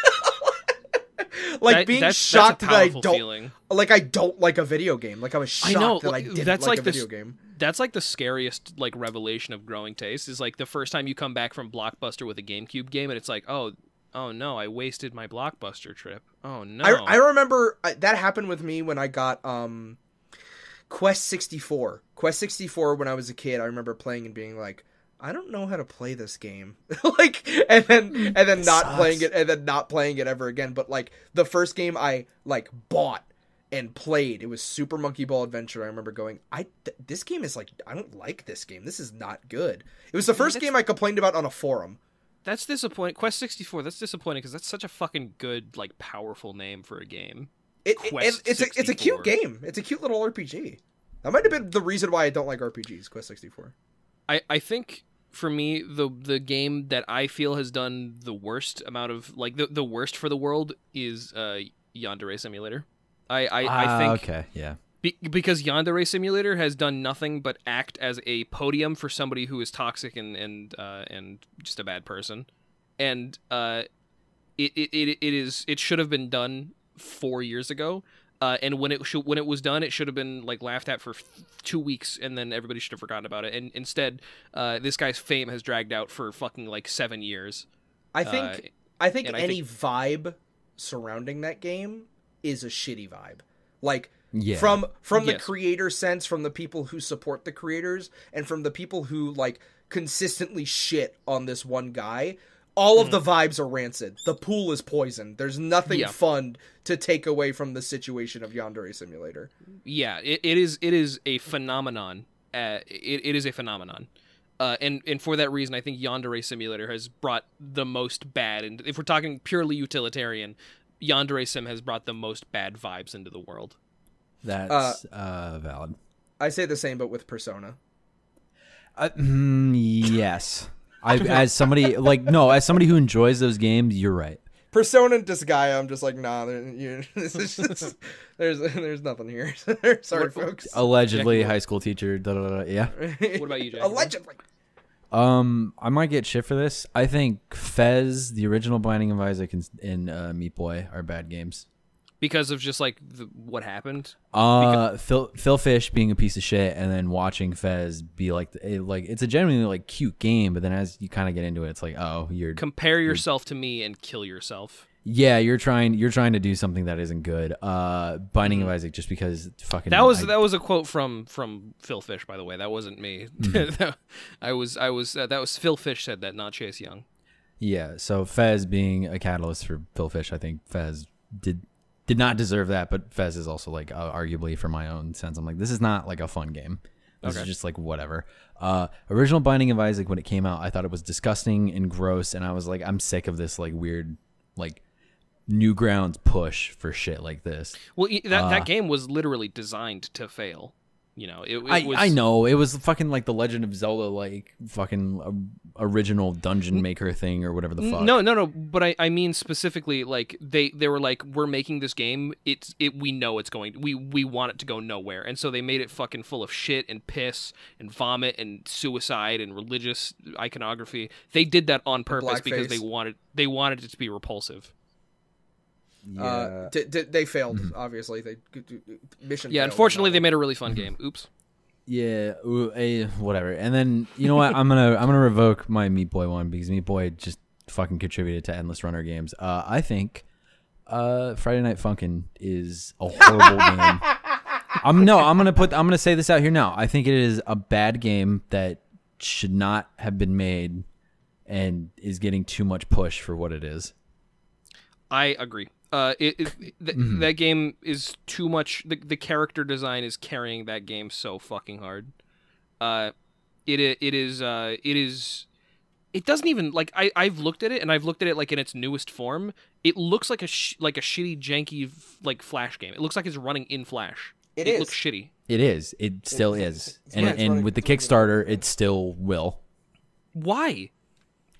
Speaker 4: like
Speaker 3: That-
Speaker 4: being
Speaker 3: that's- that's a
Speaker 4: shocked that I
Speaker 3: powerful
Speaker 4: don't
Speaker 3: feeling.
Speaker 4: like I don't like a video game. Like I was
Speaker 3: I
Speaker 4: shocked
Speaker 3: know,
Speaker 4: that I
Speaker 3: like,
Speaker 4: didn't
Speaker 3: that's
Speaker 4: like,
Speaker 3: like
Speaker 4: a
Speaker 3: this-
Speaker 4: video game.
Speaker 3: that's like the scariest like revelation of growing taste is like the first time you come back from blockbuster with a gamecube game and it's like oh oh no i wasted my blockbuster trip oh no
Speaker 4: I I remember I, that happened with me when I got um Quest 64. Quest 64 when I was a kid, I remember playing and being like I don't know how to play this game. like and then and then not
Speaker 5: sucks.
Speaker 4: playing it and then not playing it ever again, but like the first game I like bought and played. It was Super Monkey Ball Adventure. I remember going, I th- this game is like I don't like this game. This is not good. It was the first game I complained about on a forum.
Speaker 3: That's disappointing. Quest 64, that's disappointing because that's such a fucking good, like, powerful name for a game.
Speaker 4: It, it-
Speaker 3: Quest
Speaker 4: it's a it's a cute
Speaker 3: 64.
Speaker 4: game. It's a cute little RPG. That might have been the reason why I don't like RPGs. Quest sixty four.
Speaker 3: I, I think for me the the game that I feel has done the worst amount of like the, the worst for the world is uh Yandere Simulator. I I, I
Speaker 5: Ah,
Speaker 3: think
Speaker 5: okay, yeah.
Speaker 3: be, because Yandere Simulator has done nothing but act as a podium for somebody who is toxic and and uh, and just a bad person, and uh, it, it it it is it should have been done four years ago. Uh, and when it should, when it was done, it should have been like laughed at for f- two weeks, and then everybody should have forgotten about it. And instead, uh, this guy's fame has dragged out for fucking like seven years.
Speaker 4: I think
Speaker 3: Uh,
Speaker 4: I think
Speaker 3: and I
Speaker 4: any vibe surrounding that game is a shitty vibe. Like
Speaker 5: Yeah.
Speaker 4: from from the
Speaker 3: Yes.
Speaker 4: creator sense, from the people who support the creators, and from the people who like consistently shit on this one guy. All of the vibes are rancid. The pool is poisoned. There's nothing
Speaker 3: Mm. Yeah.
Speaker 4: fun to take away from the situation of Yandere Simulator.
Speaker 3: yeah it, it is it is a phenomenon uh, it, it is a phenomenon uh, and and for that reason i think yandere simulator has brought the most bad and if we're talking purely utilitarian yandere sim has brought the most bad vibes into the world
Speaker 5: That's uh, valid.
Speaker 4: I say the same, but with Persona.
Speaker 5: Uh, mm, yes. I as somebody like no, as somebody who enjoys those games, you're right.
Speaker 4: Persona and Disgaea, I'm just like, nah, there, you, this is just, there's there's nothing here. Sorry, folks.
Speaker 5: Allegedly high school teacher, da, da, da, da, yeah.
Speaker 3: what about you Jack?
Speaker 4: Allegedly.
Speaker 5: Um, I might get shit for this. I think Fez, the original Binding of Isaac, and, and uh, Meat Boy are bad games.
Speaker 3: because of just like the, what happened
Speaker 5: Uh, Phil, Phil Fish being a piece of shit, and then watching Fez be like, it, like it's a genuinely like cute game, but then as you kind of get into it, it's like, oh, you're
Speaker 3: compare yourself to me and kill yourself
Speaker 5: yeah, you're trying you're trying to do something that isn't good. Uh, Binding of Isaac, just because fucking
Speaker 3: Mm-hmm. that was
Speaker 5: I-
Speaker 3: that was a quote from from phil fish by the way that wasn't me i was i was uh, that was phil fish said that not chase young
Speaker 5: Yeah, so Fez being a catalyst for Phil Fish, I think Fez did did not deserve that, but Fez is also like uh, arguably for my own sense. I'm like, this is not like a fun game. This is just like whatever. Uh, original Binding of Isaac when it came out, I thought it was disgusting and gross, and I was like, I'm sick of this like weird like Newgrounds push for shit like this.
Speaker 3: Well, y- that
Speaker 5: Uh,
Speaker 3: that game was literally designed to fail. You know, it, it
Speaker 5: I,
Speaker 3: was.
Speaker 5: I know it was fucking like the Legend of Zelda like fucking um, original dungeon maker thing or whatever the fuck.
Speaker 3: N- Mm. No, uh, no, no. But I, I mean specifically, like they, they were like, we're making this game. It's it. We know it's going. We we want it to go nowhere. And so they made it fucking full of shit and piss and vomit and suicide and religious iconography. They did that on purpose because they
Speaker 4: blackface.
Speaker 3: wanted they wanted it to be repulsive.
Speaker 4: Uh, d- d- they failed. Obviously, they mission.
Speaker 3: Yeah,
Speaker 4: failed.
Speaker 3: unfortunately, they made a really fun game. Oops.
Speaker 5: Yeah, ooh, eh, whatever. And then you know what? I'm gonna I'm gonna revoke my Meat Boy one because Meat Boy just fucking contributed to endless runner games. Uh, I think uh, Friday Night Funkin' is a horrible game. I'm no, I'm gonna put I'm gonna say this out here now. I think it is a bad game that should not have been made and is getting too much push for what it is.
Speaker 3: I agree. Uh, it, it th-
Speaker 5: Mm-hmm.
Speaker 3: that game is too much. The, the character design is carrying that game so fucking hard. Uh, it i- it is uh it is. It doesn't even like I I've looked at it and I've looked at it like in its newest form. It looks like a sh- like a shitty janky f- like Flash game. It looks like it's running in Flash.
Speaker 4: It
Speaker 3: it
Speaker 4: is.
Speaker 3: looks shitty.
Speaker 5: It is. It still is. And
Speaker 4: it's running-
Speaker 5: and with the Kickstarter, it still will.
Speaker 3: Why?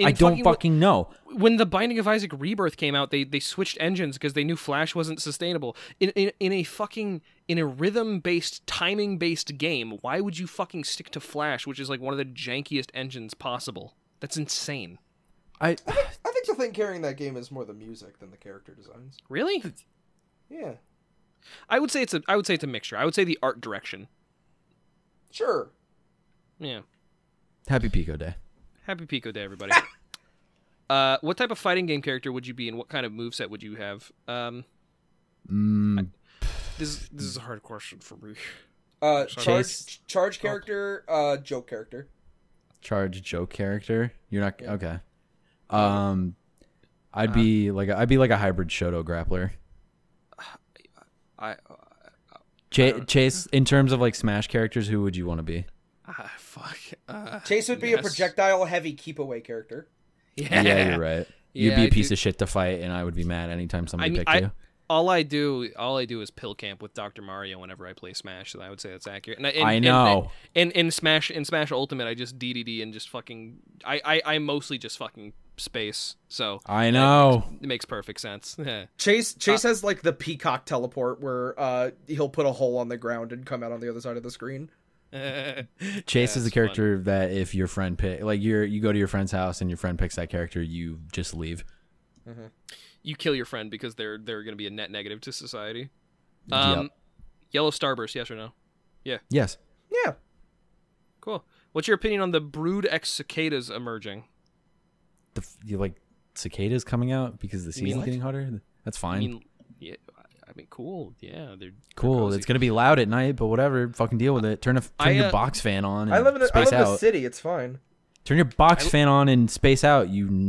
Speaker 5: I
Speaker 3: In
Speaker 5: don't
Speaker 3: wa-
Speaker 5: fucking know.
Speaker 3: when the Binding of Isaac Rebirth came out, they they switched engines because they knew Flash wasn't sustainable. In in, in a fucking in a rhythm based, timing based game, why would you fucking stick to Flash, which is like one of the jankiest engines possible? That's insane.
Speaker 5: I
Speaker 4: I think the thing carrying that game is more the music than the character designs.
Speaker 3: Really?
Speaker 4: Yeah,
Speaker 3: I would say it's a I would say it's a mixture. I would say the art direction.
Speaker 4: sure.
Speaker 3: Yeah.
Speaker 5: happy Pico Day.
Speaker 3: Happy Pico Day, everybody. uh, what type of fighting game character would you be, and what kind of moveset would you have? Um,
Speaker 5: Mm,
Speaker 3: this this is a hard question for me.
Speaker 4: Uh,
Speaker 5: Chase.
Speaker 4: charge, charge character, uh, joke character.
Speaker 5: charge joke character. You're not okay. Um,
Speaker 3: Uh.
Speaker 5: I'd be like a, I'd be like a hybrid Shoto grappler.
Speaker 3: I I
Speaker 5: Ch-
Speaker 3: don't-
Speaker 5: Chase, in terms of like Smash characters, who would you want to be?
Speaker 3: Ah, fuck. Uh,
Speaker 4: Chase would be a
Speaker 3: yes.
Speaker 4: projectile heavy keep away character.
Speaker 5: Yeah, you're right. You'd
Speaker 3: Yeah,
Speaker 5: be
Speaker 3: I
Speaker 5: a piece
Speaker 3: do-
Speaker 5: of shit to fight, and I would be mad anytime
Speaker 3: I,
Speaker 5: somebody
Speaker 3: mean,
Speaker 5: picked
Speaker 3: I,
Speaker 5: you.
Speaker 3: all I do, all I do is pill camp with Doctor Mario whenever I play Smash. So I would say that's accurate. And, I- and-
Speaker 5: I
Speaker 3: and-
Speaker 5: know.
Speaker 3: And in Smash, in Smash Ultimate, I just DDD and just fucking. I I, I mostly just fucking space. So
Speaker 5: I know.
Speaker 3: it makes perfect sense. Yeah.
Speaker 4: Chase Chase has like the peacock teleport where uh he'll put a hole on the ground and come out on the other side of the screen.
Speaker 5: Chase is
Speaker 3: it's fun.
Speaker 5: the character that if your friend pick, like you you go to your friend's house and your friend picks that character, you just leave.
Speaker 3: You kill your friend because they're they're going to be a net negative to society. Um,
Speaker 5: Yep.
Speaker 3: Yellow starburst, yes or no?
Speaker 5: Yes.
Speaker 4: Yeah.
Speaker 3: Cool. What's your opinion on the brood ex cicadas emerging?
Speaker 5: The f- you like cicadas coming out because the
Speaker 3: You mean
Speaker 5: season's
Speaker 3: like-
Speaker 5: getting hotter. That's fine.
Speaker 3: I mean, yeah, I- I mean, cool. Yeah, they're they're
Speaker 5: cool.
Speaker 3: cozy.
Speaker 5: It's gonna be loud at night, but whatever. Fucking deal with it. Turn a turn
Speaker 3: I,
Speaker 5: your
Speaker 3: uh,
Speaker 5: box fan on. And
Speaker 4: I live in a, I
Speaker 5: space
Speaker 4: live in a
Speaker 5: out.
Speaker 4: city. It's fine.
Speaker 5: Turn your box
Speaker 3: I-
Speaker 5: fan on and space out. You neuro,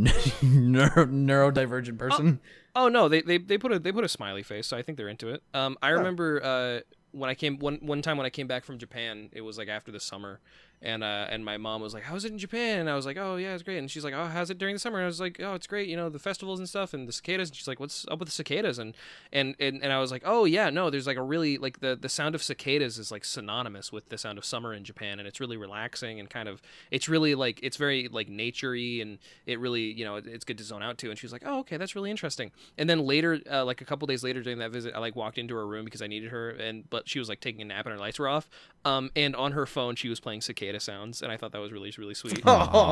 Speaker 5: neurodivergent person.
Speaker 3: Oh no, they, they they put a they put a smiley face, so I think they're into it. Um, I remember uh when I came one one time when I came back from Japan, it was like after the summer, and uh and my mom was like, "How's it in Japan?" And I was like, "Oh yeah, it's great." And she's like, "Oh, how's it during the summer?" And I was like, "Oh, it's great. You know the festivals and stuff, and the cicadas." And she's like, "What's up with the cicadas?" And and and, and I was like, "Oh yeah, no, there's like a really like the the sound of cicadas is like synonymous with the sound of summer in Japan, and it's really relaxing and kind of it's really like it's very like naturey and it really you know it- it's good to zone out to." And she was like, "Oh okay, that's really interesting." And then later, uh, like a couple days later during that visit, I like walked into her room because I needed her, and but she was like taking a nap and her lights were off. Um, and on her phone she was playing cicada sounds, and I thought that was really really sweet.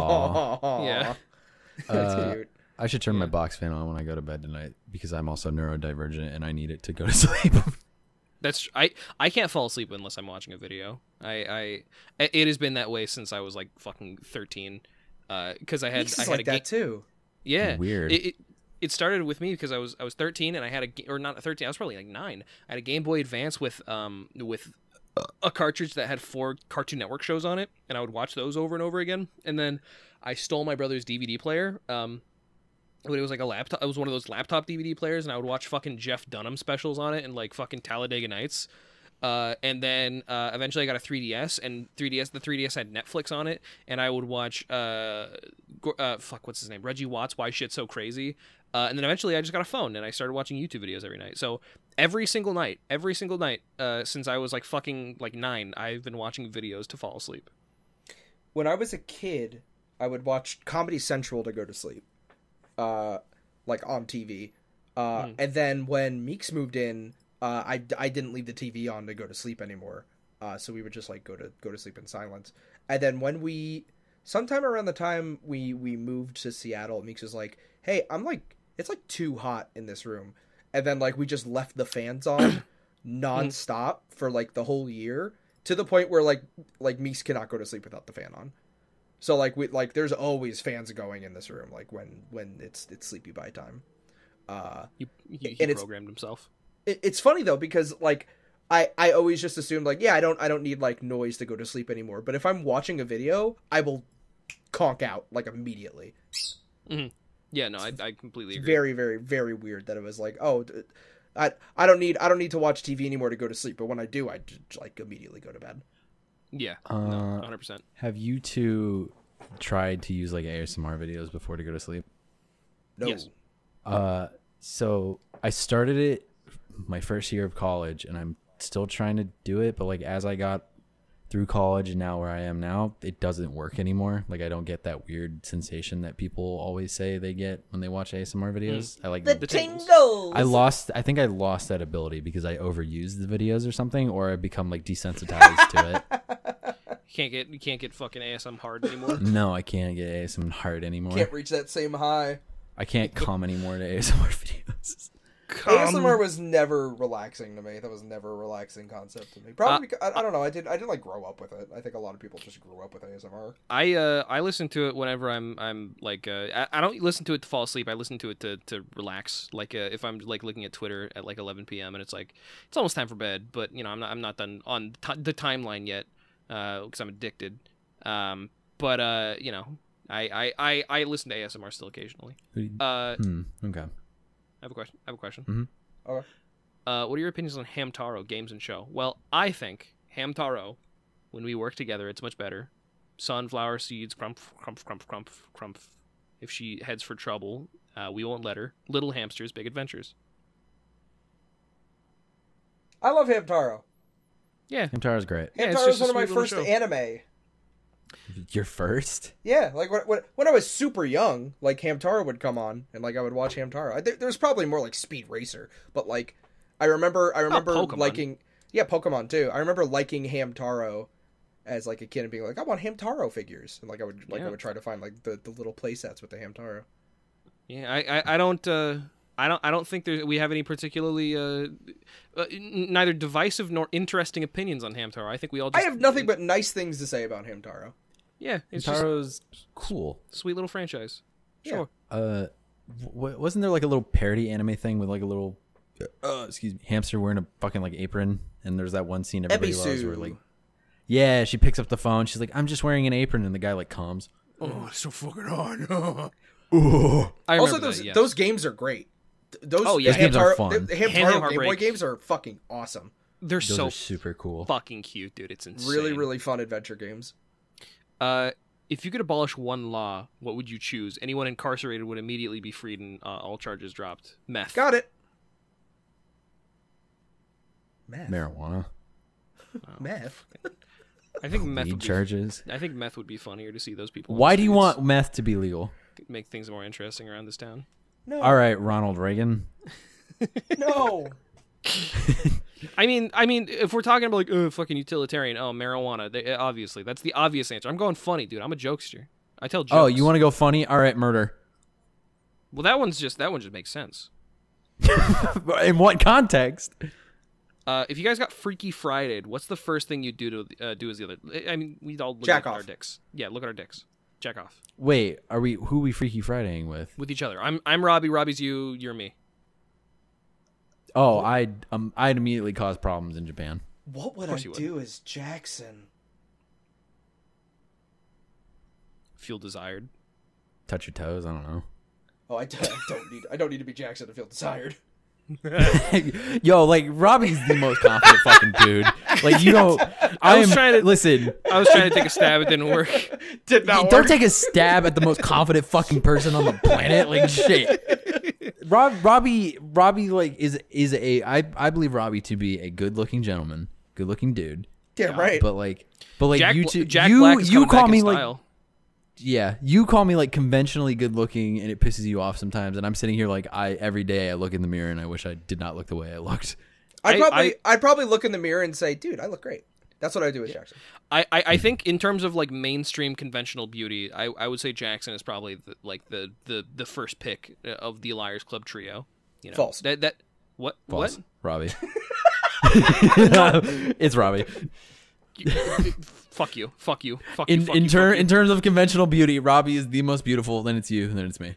Speaker 4: Oh.
Speaker 3: Yeah.
Speaker 4: That's
Speaker 5: Uh,
Speaker 4: cute.
Speaker 5: I should turn my box fan on when I go to bed tonight because I'm also neurodivergent and I need it to go to sleep.
Speaker 3: That's I I can't fall asleep unless I'm watching a video. I I it has been that way since I was like fucking thirteen, because I had
Speaker 4: He's
Speaker 3: I had
Speaker 4: just like
Speaker 3: a ga-
Speaker 4: that too.
Speaker 3: yeah
Speaker 5: Weird.
Speaker 3: It, it, it started with me because I was I was 13 and I had a ga- or not 13 I was probably like nine I had a Game Boy Advance with um with a cartridge that had four Cartoon Network shows on it and I would watch those over and over again and then I stole my brother's DVD player um when it was like a laptop it was one of those laptop DVD players and I would watch fucking Jeff Dunham specials on it and like fucking Talladega Nights uh, and then uh, eventually I got a 3DS, and 3DS the 3DS had Netflix on it, and I would watch uh, Gor- uh fuck what's his name Reggie Watts Why Shit So Crazy, uh, and then eventually I just got a phone and I started watching YouTube videos every night. So every single night, every single night uh, since I was like fucking like nine, I've been watching videos to fall asleep.
Speaker 4: when I was a kid, I would watch Comedy Central to go to sleep, uh, like on TV. Uh, And then when Meeks moved in, uh, I, I didn't leave the TV on to go to sleep anymore. Uh, so we would just like go to go to sleep in silence. And then when we, sometime around the time we we moved to Seattle, Meeks was like, "Hey, I'm like it's like too hot in this room," and then like we just left the fans on nonstop for like the whole year to the point where like like Meeks cannot go to sleep without the fan on. So like we like there's always fans going in this room like when when it's it's sleepy by time. Uh
Speaker 3: He, he,
Speaker 4: And
Speaker 3: he
Speaker 4: it's-
Speaker 3: programmed himself.
Speaker 4: it, it's funny though because like I I always just assumed like yeah I don't I don't need like noise to go to sleep anymore. But if I'm watching a video, I will conk out like immediately.
Speaker 3: Yeah, no, I, I completely
Speaker 4: It's
Speaker 3: agree.
Speaker 4: very very very weird that it was like oh. d- I, I don't need I don't need to watch TV anymore to go to sleep, but when I do, I j- j- like immediately go to bed.
Speaker 3: yeah,
Speaker 5: Uh,
Speaker 3: no, 100%.
Speaker 5: Have you two tried to use like ASMR videos before to go to sleep?
Speaker 4: No,
Speaker 3: Yes.
Speaker 5: Uh, so I started it my first year of college, and I'm still trying to do it. But like as I got through college and now where I am now, it doesn't work anymore. Like I don't get that weird sensation that people always say they get when they watch ASMR videos. I like
Speaker 3: The tingles.
Speaker 5: I lost. I think I lost that ability because I overused the videos or something, or I become like desensitized to it.
Speaker 3: Can't get you can't get fucking ASM hard anymore.
Speaker 5: No, I can't get ASMR hard anymore.
Speaker 4: can't reach that same high.
Speaker 5: I can't come anymore to ASMR videos.
Speaker 4: ASMR was never relaxing to me. That was never a relaxing concept to me. Probably
Speaker 3: Uh,
Speaker 4: because, I, I don't know. I did I didn't like grow up with it. I think a lot of people just grew up with ASMR.
Speaker 3: I uh I listen to it whenever I'm I'm like uh I, I don't listen to it to fall asleep. I listen to it to to relax. Like uh, if I'm like looking at Twitter at like 11 p.m. and it's like it's almost time for bed, but you know I'm not I'm not done on t- the timeline yet because I'm addicted. Um, but uh you know I I I, I listen to ASMR still occasionally.
Speaker 5: Who do you-
Speaker 3: Uh,
Speaker 5: Hmm. Okay.
Speaker 3: I have a question. I have a question.
Speaker 5: Mhm.
Speaker 4: Okay.
Speaker 3: uh, what are your opinions on Hamtaro games and show? Well, I think Hamtaro, when we work together, it's much better. Sunflower seeds, crump, crump, crump, crump, crump. If she heads for trouble, uh, we won't let her. Little hamsters, big adventures.
Speaker 6: I love Hamtaro.
Speaker 3: Yeah,
Speaker 5: Hamtaro's great.
Speaker 3: Yeah, it's
Speaker 6: Hamtaro's
Speaker 3: just a
Speaker 6: one of my
Speaker 3: sweet little
Speaker 6: first
Speaker 3: show.
Speaker 6: anime.
Speaker 5: Your first?
Speaker 4: Yeah, like when, when, when I was super young, like Hamtaro would come on, and like I would watch Hamtaro. I, there, there was probably more like Speed Racer, but like I remember, I remember
Speaker 3: Oh, Pokemon.
Speaker 4: liking, yeah, Pokemon too. I remember liking Hamtaro as like a kid and being like, I want Hamtaro figures, and like I would like
Speaker 3: Yeah.
Speaker 4: I would try to find like the, the little play sets with the Hamtaro.
Speaker 3: Yeah, I, I, I don't, uh, I don't, I don't think there, we have any particularly, uh, uh, n- neither divisive nor interesting opinions on Hamtaro. I think we all.
Speaker 4: I
Speaker 3: Just,
Speaker 4: have nothing but nice things to say about Hamtaro.
Speaker 3: Yeah, it's just
Speaker 5: Hamtaro's cool.
Speaker 3: a sweet little franchise.
Speaker 4: Yeah.
Speaker 3: Sure.
Speaker 5: Uh, w- wasn't there like a little parody anime thing with like a little, uh, excuse me, hamster wearing a fucking like apron? And there's that one scene everybody loves where
Speaker 4: Ebisu.
Speaker 5: like, yeah, she picks up the phone. She's like, I'm just wearing an apron, and the guy like comes.
Speaker 4: Oh, it's so fucking hard.
Speaker 3: I remember
Speaker 4: also, those
Speaker 3: that, yes.
Speaker 4: those games are great. Th- Those
Speaker 3: Oh, yeah. Those
Speaker 5: games are
Speaker 4: Hamtaro-
Speaker 5: fun.
Speaker 4: the- the Hamtaro
Speaker 3: Hamtaro
Speaker 4: Game Boy
Speaker 3: Break.
Speaker 4: games are fucking awesome.
Speaker 3: they're
Speaker 5: Those
Speaker 3: so
Speaker 5: are super cool.
Speaker 3: fucking cute, dude. It's insane.
Speaker 4: Really, really fun adventure games.
Speaker 3: Uh, if you could abolish one law, what would you choose? Anyone incarcerated would immediately be freed and uh, all charges dropped. Meth.
Speaker 4: Got it. Meth. Oh.
Speaker 5: Marijuana,
Speaker 4: Meth.
Speaker 3: I think meth.
Speaker 5: weed
Speaker 3: Would be,
Speaker 5: charges.
Speaker 3: I think meth would be funnier to see those people. on the
Speaker 5: Why do you
Speaker 3: streets.
Speaker 5: want meth to be legal?
Speaker 3: Make things more interesting around this town.
Speaker 4: No.
Speaker 5: All right, Ronald Reagan.
Speaker 6: No.
Speaker 3: I mean, I mean, if we're talking about like oh, fucking utilitarian, oh marijuana, they, obviously that's the obvious answer. I'm going funny, dude. I'm a jokester. I tell jokes.
Speaker 5: Oh, you want to go funny? All right, murder.
Speaker 3: Well, that one's just that one just makes sense.
Speaker 5: In what context?
Speaker 3: Uh, if you guys got Freaky Friday, what's the first thing you do to uh, do as the other? I mean, we'd all look
Speaker 4: Jack
Speaker 3: at
Speaker 4: off.
Speaker 3: our dicks. Yeah, look at our dicks. Jack off
Speaker 5: Wait, are we who we Freaky Fridaying with?
Speaker 3: with each other. I'm I'm Robbie. Robbie's you. You're me.
Speaker 5: Oh, I would um I'd immediately cause problems in Japan.
Speaker 6: What would I
Speaker 3: course you would.
Speaker 6: do as Jackson?
Speaker 3: Feel desired.
Speaker 5: Touch your toes. I don't know.
Speaker 4: Oh, I, d- I don't need. I don't need to be Jackson to feel desired.
Speaker 5: Yo, like Robbie's the most confident fucking dude. Like you don't. I
Speaker 3: was
Speaker 5: am
Speaker 3: trying to-
Speaker 5: listen.
Speaker 3: I was trying to take a stab. It didn't work.
Speaker 4: Did not
Speaker 5: Don't take a stab at the most confident fucking person on the planet. Like shit. Rob, Robbie, Robbie, like is is a I I believe Robbie to be a good looking gentleman, good looking dude.
Speaker 4: Damn right.
Speaker 5: But like, but like
Speaker 3: Jack,
Speaker 5: you two,
Speaker 3: Jack
Speaker 5: you
Speaker 3: Black is
Speaker 5: you
Speaker 3: coming
Speaker 5: call
Speaker 3: back
Speaker 5: me
Speaker 3: in
Speaker 5: like
Speaker 3: style.
Speaker 5: yeah, you call me like conventionally good looking, and it pisses you off sometimes. And I'm sitting here like I every day I look in the mirror and I wish I did not look the way I looked.
Speaker 4: I'd
Speaker 3: I-
Speaker 4: probably. I, would probably look in the mirror and say, "Dude, I look great." That's what I do with Jackson.
Speaker 3: I, I, I think in terms of like mainstream conventional beauty, I, I would say Jackson is probably the, like the, the the first pick uh, of the Liars Club trio. You know,
Speaker 4: False.
Speaker 3: That that what
Speaker 5: False,
Speaker 3: what
Speaker 5: Robbie. it's Robbie.
Speaker 3: fuck you fuck you fuck you
Speaker 5: In
Speaker 3: fuck
Speaker 5: in
Speaker 3: you,
Speaker 5: ter-
Speaker 3: fuck you.
Speaker 5: in terms of conventional beauty, Robbie is the most beautiful. Then it's you. Then it's me.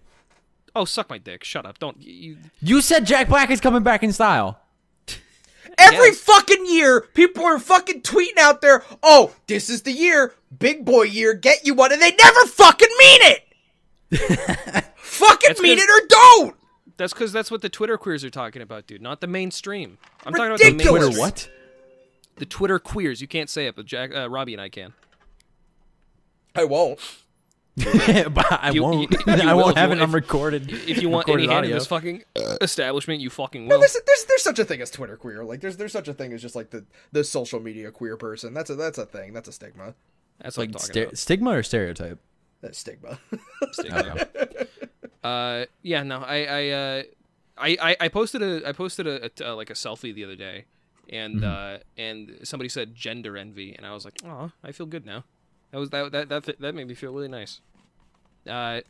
Speaker 3: oh suck my dick shut up don't you,
Speaker 5: You said Jack Black is coming back in style.
Speaker 4: Every
Speaker 3: Yes.
Speaker 4: fucking year, people are fucking tweeting out there, "Oh, this is the year, big boy year, get you one," and they never fucking mean it. fucking
Speaker 3: That's
Speaker 4: mean
Speaker 3: 'cause-
Speaker 4: it or don't.
Speaker 3: that's because that's what the Twitter queers are talking about, dude. Not the mainstream. I'm talking about the
Speaker 4: Ridiculous.
Speaker 5: Twitter
Speaker 3: mainstream.
Speaker 5: what?
Speaker 3: The Twitter queers. You can't say it, but Jack uh, Robbie and I can.
Speaker 4: I won't.
Speaker 5: but I
Speaker 3: You-
Speaker 5: won't.
Speaker 3: you- you
Speaker 5: I
Speaker 3: will
Speaker 5: won't
Speaker 3: if
Speaker 5: have
Speaker 3: you-
Speaker 5: it. I'm
Speaker 3: if-
Speaker 5: recorded.
Speaker 3: If you want any hand in
Speaker 5: recorded audio. Uh,
Speaker 3: this fucking establishment, you fucking will.
Speaker 4: There's, there's there's such a thing as Twitter queer. Like there's there's such a thing as just like the the social media queer person. That's a that's a thing. That's a stigma.
Speaker 3: That's what I'm
Speaker 5: like
Speaker 3: talking
Speaker 5: ster-
Speaker 3: about.
Speaker 5: stigma or stereotype.
Speaker 4: That's stigma.
Speaker 5: Okay.
Speaker 3: Uh, yeah, no, I, I, uh, I, I, I posted a, I posted a, a t- uh, like a selfie the other day, and uh, and somebody said gender envy, and I was like, oh, I feel good now. That was that that that that made me feel really nice. Uh,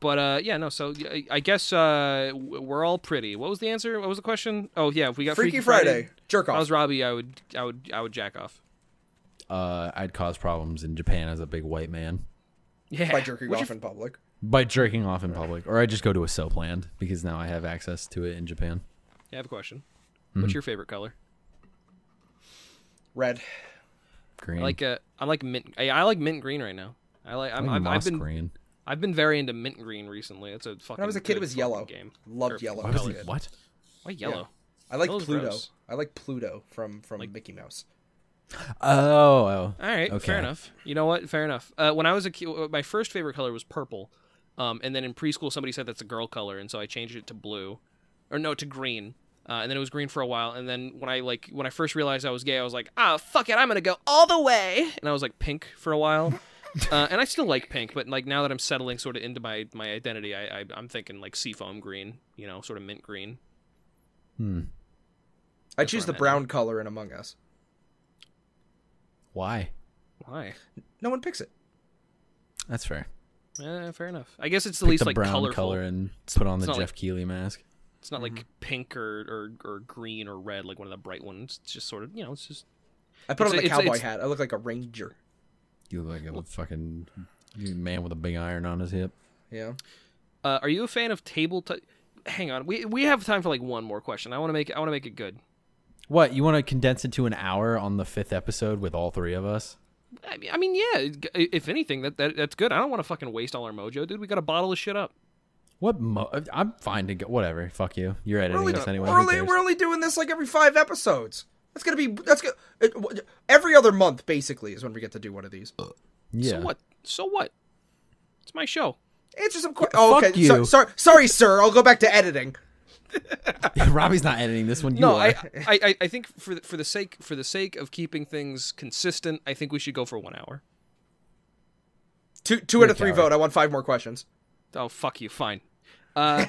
Speaker 3: but uh, yeah, no, so I, I guess uh, w- we're all pretty. What was the answer? What was the question? Oh yeah, if we got
Speaker 4: Freaky Friday. Jerk
Speaker 3: If I
Speaker 4: off.
Speaker 3: was Robbie, I would, I would, I would jack off.
Speaker 5: uh, I'd cause problems in Japan as a big white man
Speaker 3: Yeah,
Speaker 4: by jerking
Speaker 3: What's
Speaker 4: off
Speaker 3: your
Speaker 4: in public.
Speaker 5: by jerking off in public, or I just go to a soap land because now I have access to it in Japan.
Speaker 3: I have a question. What's your favorite color?
Speaker 4: Red.
Speaker 5: Green,
Speaker 3: I like uh, I like mint. I, I like mint green right now. I like. I'm,
Speaker 5: like
Speaker 3: I've, I've
Speaker 5: moss
Speaker 3: been
Speaker 5: green.
Speaker 3: I've been very into mint green recently. That's a fucking.
Speaker 4: When I was a kid,
Speaker 3: good
Speaker 4: it was yellow.
Speaker 3: fucking Game
Speaker 4: Loved
Speaker 3: Or-
Speaker 4: yellow.
Speaker 5: Why was it, what?
Speaker 3: Why yellow?
Speaker 4: I like
Speaker 3: Those
Speaker 4: Pluto.
Speaker 3: gross.
Speaker 4: I like Pluto from from Mickey Mouse.
Speaker 3: Uh,
Speaker 5: Oh, oh.
Speaker 3: All right,
Speaker 5: Okay.
Speaker 3: fair enough. You know what? Fair enough. Uh, when I was a kid, uh, my first favorite color was purple, um, and then in preschool somebody said that's a girl color, and so I changed it to blue, or no, to green. Uh, and then it was green for a while, and then when I like when I first realized I was gay, I was like, ah, fuck it, I'm gonna go all the way, and I was like pink for a while, uh, and I still like pink, but like now that I'm settling sort of into my my identity, I, I I'm thinking like seafoam green, you know, sort of mint green.
Speaker 4: I
Speaker 5: hmm,
Speaker 3: That's
Speaker 4: choose
Speaker 3: where
Speaker 4: the
Speaker 3: I'm at
Speaker 4: brown color in Among Us.
Speaker 5: Why?
Speaker 3: Why?
Speaker 4: No one picks it.
Speaker 5: That's fair.
Speaker 3: Eh, fair enough. I guess it's the
Speaker 5: Pick
Speaker 3: least
Speaker 5: the
Speaker 3: like
Speaker 5: brown
Speaker 3: colorful.
Speaker 5: color and put on the
Speaker 3: it's not
Speaker 5: Jeff
Speaker 3: like-
Speaker 5: Keeley mask.
Speaker 3: It's not like
Speaker 5: Mm-hmm.
Speaker 3: pink or, or or green or red like one of the bright ones. It's just sort of you know. It's just
Speaker 4: I put
Speaker 3: It's-
Speaker 4: on the
Speaker 3: it's-
Speaker 4: cowboy
Speaker 3: it's-
Speaker 4: hat. I look like a ranger.
Speaker 5: You look like a fucking man with a big iron on his hip.
Speaker 4: Yeah.
Speaker 3: uh, are you a fan of table? T- Hang on, we we have time for like one more question. I want to make I want to make it good.
Speaker 5: What you want to condense it to an hour on the fifth episode with all three of us?
Speaker 3: I mean, I mean yeah. it- If anything, that, that that's good. I don't want to fucking waste all our mojo, dude. We got to bottle this shit up.
Speaker 5: What? Mo- I'm fine to go. Whatever. Fuck you. You're
Speaker 4: We're
Speaker 5: editing
Speaker 4: only,
Speaker 5: this anyway.
Speaker 4: we're,
Speaker 5: Who
Speaker 4: only,
Speaker 5: cares?
Speaker 4: we're only doing this like every five episodes. That's gonna be that's gonna it, w- every other month basically is when we get to do one of these.
Speaker 5: yeah.
Speaker 3: So what? So what? It's my show.
Speaker 4: Answer some questions. Oh,
Speaker 5: fuck
Speaker 4: okay. So-
Speaker 5: you.
Speaker 4: sorry, sorry, sir. I'll go back to editing.
Speaker 5: Robbie's not editing this one. You
Speaker 3: no,
Speaker 5: are.
Speaker 3: I, I I- I think for the, for the sake for the sake of keeping things consistent, I think we should go for one hour.
Speaker 4: Two two out of three vote. I want five more questions.
Speaker 3: Oh fuck you, fine. Uh,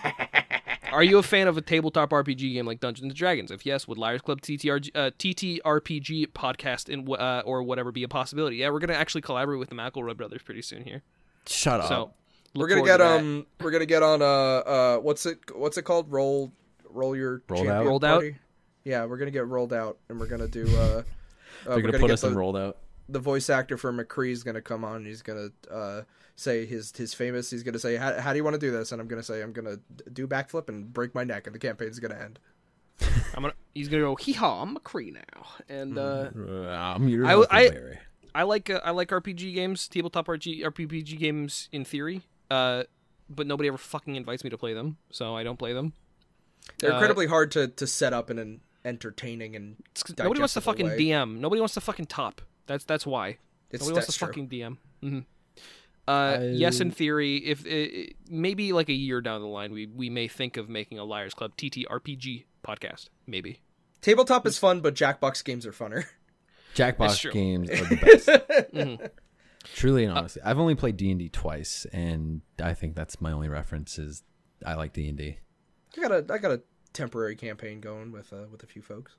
Speaker 3: are you a fan of a tabletop RPG game like Dungeons and Dragons? If yes, would Liars Club TTRG, uh, TTRPG podcast in, wh- uh, or whatever be a possibility? Yeah, we're gonna actually collaborate with the McElroy brothers pretty soon here.
Speaker 5: Shut up.
Speaker 3: So
Speaker 4: Oh. We're
Speaker 3: look
Speaker 4: gonna
Speaker 3: forward to
Speaker 4: get
Speaker 3: that.
Speaker 4: um we're gonna get on uh uh what's it what's it called? Roll roll your
Speaker 5: Rolled
Speaker 4: champion
Speaker 5: out?
Speaker 3: Rolled out?
Speaker 4: party. Yeah, we're gonna get rolled out and we're gonna do uh, uh
Speaker 5: They're
Speaker 4: we're
Speaker 5: gonna,
Speaker 4: gonna
Speaker 5: put
Speaker 4: get
Speaker 5: us in
Speaker 4: the-
Speaker 5: rolled out.
Speaker 4: the voice actor for McCree's gonna come on and he's gonna uh, say his his famous. He's gonna say, how, "How do you want to do this?" And I'm gonna say, "I'm gonna d- do backflip and break my neck," and the campaign's gonna end.
Speaker 3: I'm gonna, he's gonna go hee haw, I'm McCree now, and uh,
Speaker 4: Mm-hmm.
Speaker 5: Uh, I'm your
Speaker 3: I w- I-
Speaker 5: huckleberry.
Speaker 3: I like uh, I like RPG games, tabletop RPG RPG games in theory, uh, but nobody ever fucking invites me to play them, so I don't play them.
Speaker 4: They're
Speaker 3: Uh,
Speaker 4: incredibly hard to to set up in an entertaining and
Speaker 3: It's 'cause nobody wants to
Speaker 4: digestible
Speaker 3: fucking
Speaker 4: way.
Speaker 3: DM. Nobody wants to fucking top. That's that's why.
Speaker 4: It's
Speaker 3: Nobody wants
Speaker 4: that's
Speaker 3: to
Speaker 4: true.
Speaker 3: fucking DM. hmm Uh, yes, in theory, if uh, maybe like a year down the line, we we may think of making a Liars Club TTRPG podcast. Maybe
Speaker 4: tabletop is fun, but Jackbox games are funner.
Speaker 3: That's
Speaker 5: Jackbox
Speaker 3: true.
Speaker 5: games are the best.
Speaker 3: Mhm.
Speaker 5: Truly and honestly, I've only played D and D twice, and I think that's my only reference. Is I like D and D.
Speaker 4: I got a I got a temporary campaign going with uh, with a few folks.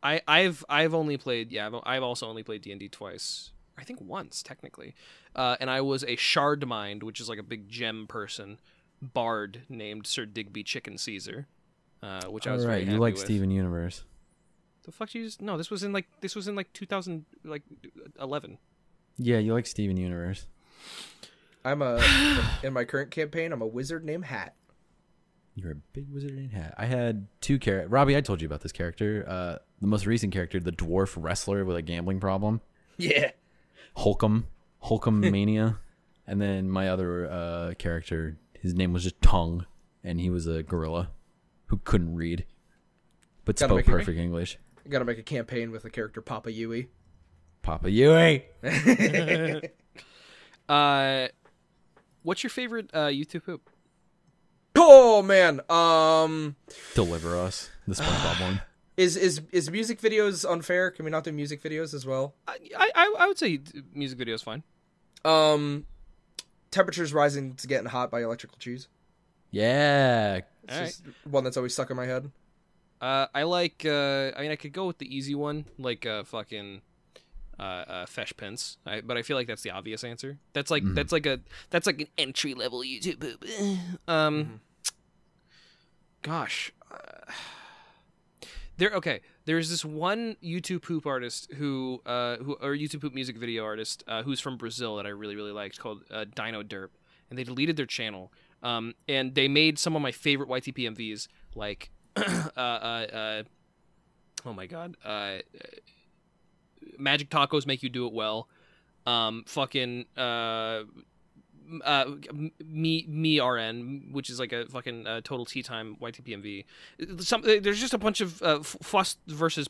Speaker 3: I I've I've only played yeah I've, I've also only played D and D twice. I think once technically, uh, and I was a shard mind, which is like a big gem person, bard named Sir Digby Chicken Caesar, uh, which I
Speaker 5: All
Speaker 3: was
Speaker 5: right,
Speaker 3: very
Speaker 5: you
Speaker 3: happy
Speaker 5: like
Speaker 3: with.
Speaker 5: Steven Universe.
Speaker 3: The fuck you just no. This was in like this was in like 2000 like 11.
Speaker 5: Yeah, you like Steven Universe.
Speaker 4: I'm a in my current campaign. I'm a wizard named Hat.
Speaker 5: You're a big wizard in hat. I had two characters. Robbie, I told you about this character. Uh, the most recent character, the dwarf wrestler with a gambling problem.
Speaker 4: Yeah,
Speaker 5: Holcomb, Holcomb Mania, and then my other uh, character, his name was just Tongue, and he was a gorilla who couldn't read, but
Speaker 4: Gotta
Speaker 5: spoke
Speaker 4: make it
Speaker 5: perfect English.
Speaker 4: I gotta make a campaign with the character Papa Yui.
Speaker 5: Papa Yui.
Speaker 3: Uh, what's your favorite uh, YouTube poop?
Speaker 4: Oh man, um.
Speaker 5: Deliver us the SpongeBob one.
Speaker 4: Is is is music videos unfair? Can we not do music videos as well?
Speaker 3: I, I I would say music video is fine.
Speaker 4: Um, temperatures rising to getting hot by electrical cheese.
Speaker 5: Yeah,
Speaker 4: It's
Speaker 3: All right.
Speaker 4: just one that's always stuck in my head.
Speaker 3: Uh, I like. Uh, I mean, I could go with the easy one, like uh, fucking uh, uh, Fesh Pence. I, but I feel like that's the obvious answer. That's like that's like a that's like an entry level YouTube poop. um, gosh, uh, there. Okay, there's this one YouTube poop artist who uh who or YouTube poop music video artist uh, who's from Brazil that I really really liked called uh, Dino Derp, and they deleted their channel. Um, and they made some of my favorite YTP MVs like uh, uh, uh, oh my god, uh, uh, Magic Tacos make you do it well. Um, fucking uh, uh, me me RN, which is like a fucking uh, total tea time YTPMV. Some there's just a bunch of uh, F- Fuss versus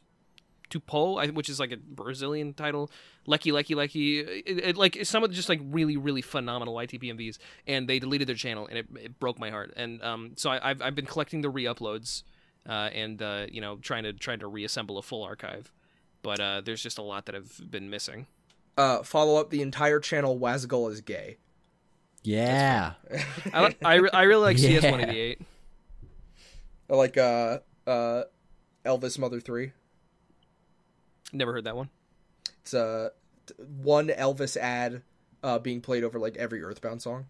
Speaker 3: Tupou, I- which is like a Brazilian title. Lecky Lecky Lecky, it, it, like some of the just like really really phenomenal YTPMVs, and they deleted their channel, and it, it broke my heart. And um, so I, I've I've been collecting the re-uploads, uh, and uh, you know trying to trying to reassemble a full archive, but uh, there's just a lot that I've been missing.
Speaker 4: Uh, follow up the entire channel. Wasgal is gay.
Speaker 5: Yeah.
Speaker 3: I li- I, re- I really like
Speaker 5: Yeah.
Speaker 3: CS one eighty eight.
Speaker 4: Or Like uh, uh, Elvis Mother Three.
Speaker 3: Never heard that one.
Speaker 4: It's uh, t- one Elvis ad uh, being played over like every Earthbound song.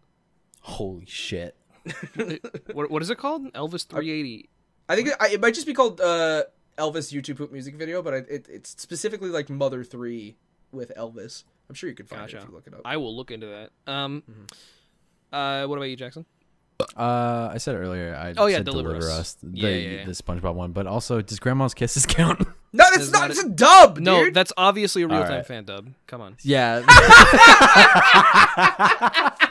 Speaker 5: Holy shit.
Speaker 3: What what is it called? Elvis three eighty.
Speaker 4: I think it, I, it might just be called uh, Elvis YouTube poop music video, but I, it, it's specifically like Mother Three with Elvis. I'm sure you could find it if
Speaker 3: Gotcha.
Speaker 4: you look it up.
Speaker 3: I will look into that. Um, uh, what about you, Jackson?
Speaker 5: Uh, I said earlier. I
Speaker 3: Oh, yeah,
Speaker 5: said
Speaker 3: Deliver Us.
Speaker 5: The,
Speaker 3: Yeah, yeah, yeah.
Speaker 5: the SpongeBob one, but also does Grandma's kisses count?
Speaker 4: no, that's
Speaker 3: There's
Speaker 4: not.
Speaker 3: not a-
Speaker 4: It's a dub, dude.
Speaker 3: No, that's obviously a real time
Speaker 5: right.
Speaker 3: fan dub. Come on,
Speaker 5: yeah.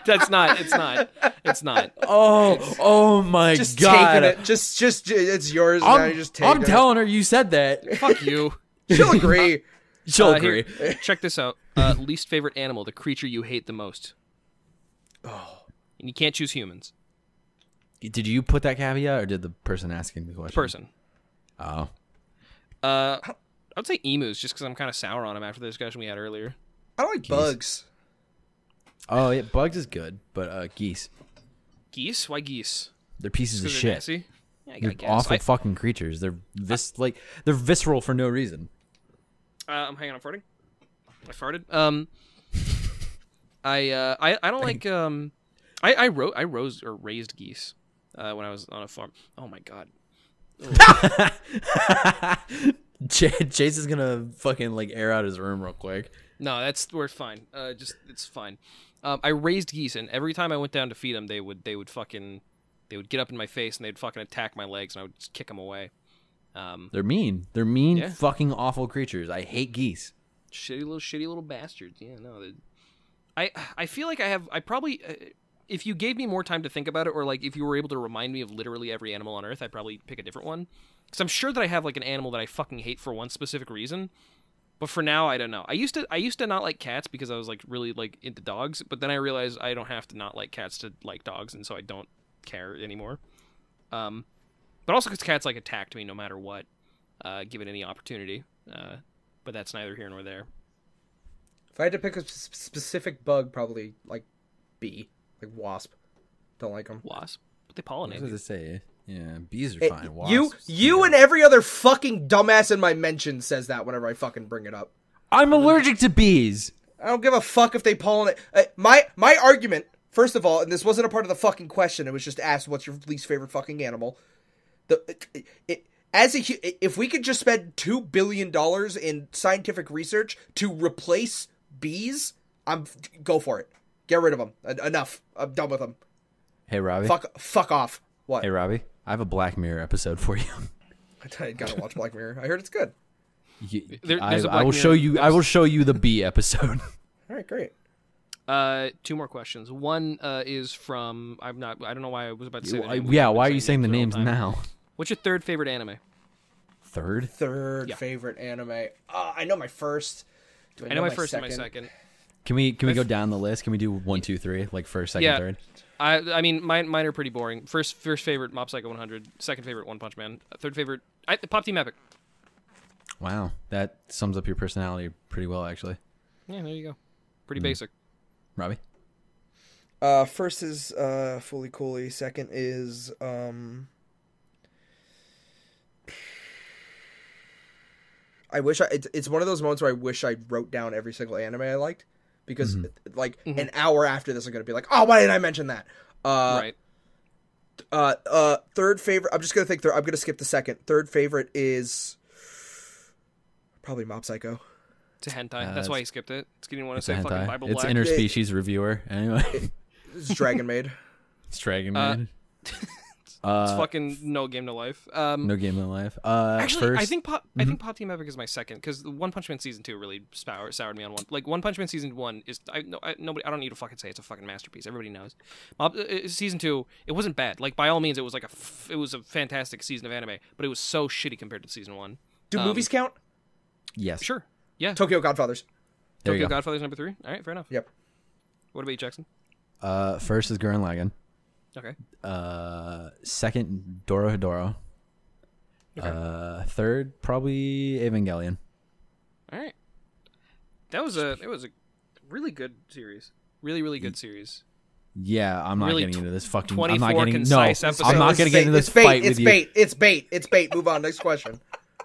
Speaker 3: that's not. It's not. It's not.
Speaker 5: oh, oh my
Speaker 4: just
Speaker 5: god.
Speaker 4: taking it. Just, just it's yours. and now
Speaker 5: I'm,
Speaker 4: you just taking
Speaker 5: I'm
Speaker 4: it.
Speaker 5: telling her you said that.
Speaker 3: Fuck you.
Speaker 4: She'll agree.
Speaker 5: She'll
Speaker 3: Uh,
Speaker 5: agree.
Speaker 3: here- check this out. Uh, least favorite animal, the creature you hate the most. Oh. And you can't choose humans.
Speaker 5: Did you put that caveat, or did the person asking the question?
Speaker 3: Person.
Speaker 5: Oh,
Speaker 3: Uh, I'd say emus, just because I'm kind of sour on them after the discussion we had earlier.
Speaker 4: I don't like bugs.
Speaker 5: oh, yeah. Bugs is good, but uh, geese.
Speaker 3: Geese? Why geese?
Speaker 5: They're pieces of
Speaker 3: 'Cause they're
Speaker 5: shit.
Speaker 3: nasty? Yeah, I
Speaker 5: They're
Speaker 3: guess.
Speaker 5: awful
Speaker 3: I-
Speaker 5: fucking creatures. They're vis like they're visceral for no reason.
Speaker 3: Uh, I'm hanging on farting. I farted. Um, I uh, I I don't like um, I I ro- I rose or raised geese, uh, when I was on a farm. Oh my god.
Speaker 5: Ch- Chase is gonna fucking like air out his room real quick.
Speaker 3: No, that's we're fine. Uh, just it's fine. Um, I raised geese, and every time I went down to feed them, they would they would fucking they would get up in my face and they'd fucking attack my legs, and I would just kick them away. Um,
Speaker 5: They're mean. They're mean,
Speaker 3: Yeah.
Speaker 5: fucking awful creatures. I hate geese.
Speaker 3: shitty little shitty little bastards. Yeah, no. They, I I feel like I have I probably uh, if you gave me more time to think about it or like if you were able to remind me of literally every animal on earth, I'd probably pick a different one. Cuz I'm sure that I have like an animal that I fucking hate for one specific reason. But for now, I don't know. I used to I used to not like cats because I was like really like into dogs, but then I realized I don't have to not like cats to like dogs and so I don't care anymore. Um but also cuz cats like attacked me no matter what uh given any opportunity. Uh but that's neither here nor there.
Speaker 4: If I had to pick a s- specific bug, probably like bee, like wasp. Don't like them.
Speaker 3: Wasp. But they
Speaker 5: What does
Speaker 3: pollinate.
Speaker 5: it say? Yeah, bees are fine.
Speaker 4: you,
Speaker 5: Wasps,
Speaker 4: you,
Speaker 5: yeah.
Speaker 4: and every other fucking dumbass in my mention says that whenever I fucking bring it up.
Speaker 5: I'm allergic to bees.
Speaker 4: I don't give a fuck if they pollinate. Uh, my my argument, first of all, and this wasn't a part of the fucking question. It was just asked, "What's your least favorite fucking animal?" The it, it, as a hu- if we could just spend two billion dollars in scientific research to replace bees, I'm go for it. Get rid of them. Enough. I'm done with them.
Speaker 5: Hey Robbie.
Speaker 4: Fuck fuck off. What?
Speaker 5: Hey Robbie. I have a Black Mirror episode for you.
Speaker 4: I gotta watch Black Mirror. I heard it's good.
Speaker 5: You-
Speaker 3: There-
Speaker 5: I,
Speaker 3: there's a
Speaker 5: I
Speaker 3: Black
Speaker 5: will show
Speaker 3: Mirror-
Speaker 5: you. I will show you the bee episode.
Speaker 4: All right, great.
Speaker 3: Uh, two more questions. One uh, is from I'm not. I don't know why I was about to say. the name. We've
Speaker 5: yeah.
Speaker 3: been
Speaker 5: Why are you saying the
Speaker 3: whole
Speaker 5: names
Speaker 3: time.
Speaker 5: now?
Speaker 3: What's your third favorite anime?
Speaker 5: Third.
Speaker 4: Third
Speaker 3: Yeah.
Speaker 4: favorite anime. Uh, I know my first. Do
Speaker 3: I know my first and my second.
Speaker 5: Can we can we go down the list? Can we do one, two, three? Like first, second,
Speaker 3: Yeah.
Speaker 5: third.
Speaker 3: I I mean mine mine are pretty boring. First first favorite Mob Psycho 100. Second favorite One Punch Man. Third favorite I, Pop Team Epic.
Speaker 5: Wow, that sums up your personality pretty well, actually,
Speaker 3: Yeah, there you go. Pretty
Speaker 5: Hmm.
Speaker 3: basic.
Speaker 5: Robbie.
Speaker 6: Uh, first is uh Fully Cooley. Second is um.
Speaker 4: I wish I. It's, it's one of those moments where I wish I wrote down every single anime I liked because like an hour after this, I'm gonna be like, oh, why didn't I mention that? Uh,
Speaker 3: right.
Speaker 4: uh, uh, third favorite. I'm just gonna think. Third, I'm gonna skip the second. Third favorite is probably Mob Psycho.
Speaker 3: It's a hentai. That's why he skipped it. It's getting want to
Speaker 5: uh, It's a
Speaker 3: say fucking
Speaker 5: hentai.
Speaker 3: Bible
Speaker 5: It's
Speaker 3: Black.
Speaker 5: interspecies reviewer. Anyway,
Speaker 4: It's Dragon Maid.
Speaker 5: it's Dragon
Speaker 3: Uh,
Speaker 5: Man. Uh,
Speaker 3: It's fucking no game no life. Um,
Speaker 5: no game in life. Uh,
Speaker 3: Actually,
Speaker 5: first, Mm-hmm.
Speaker 3: I think Pop. I think Pop Team Epic is my second because One Punch Man season two really sour, soured me on one. Like One Punch Man season one is I no I, nobody I don't need to fucking say it's a fucking masterpiece. Everybody knows. Mob, uh, uh, season two it wasn't bad. Like by all means, it was like a f- it was a fantastic season of anime, but it was so shitty compared to season one.
Speaker 4: Do
Speaker 3: Um,
Speaker 4: movies count?
Speaker 5: yes.
Speaker 3: Sure. Yeah.
Speaker 4: Tokyo Godfathers.
Speaker 5: There
Speaker 3: Tokyo
Speaker 5: you go.
Speaker 3: Godfathers number three. All right, fair enough.
Speaker 4: Yep.
Speaker 3: What about you, Jackson?
Speaker 5: Uh, first is Gurren Lagann.
Speaker 3: Okay.
Speaker 5: Uh, second, Doro Hedoro. Uh, third, probably Evangelion.
Speaker 3: All right. That was a that was a really good series. Really really good series.
Speaker 5: Yeah, I'm not
Speaker 3: Really
Speaker 5: getting
Speaker 3: tw-
Speaker 5: into this fucking. I'm
Speaker 3: 24
Speaker 5: not getting no.
Speaker 3: concise
Speaker 5: I'm
Speaker 3: episodes.
Speaker 5: not going
Speaker 4: It's
Speaker 5: to get into
Speaker 4: bait,
Speaker 5: this
Speaker 4: it's bait,
Speaker 5: fight with
Speaker 4: it's
Speaker 5: you.
Speaker 4: bait. It's bait. It's bait. Move on. Next question.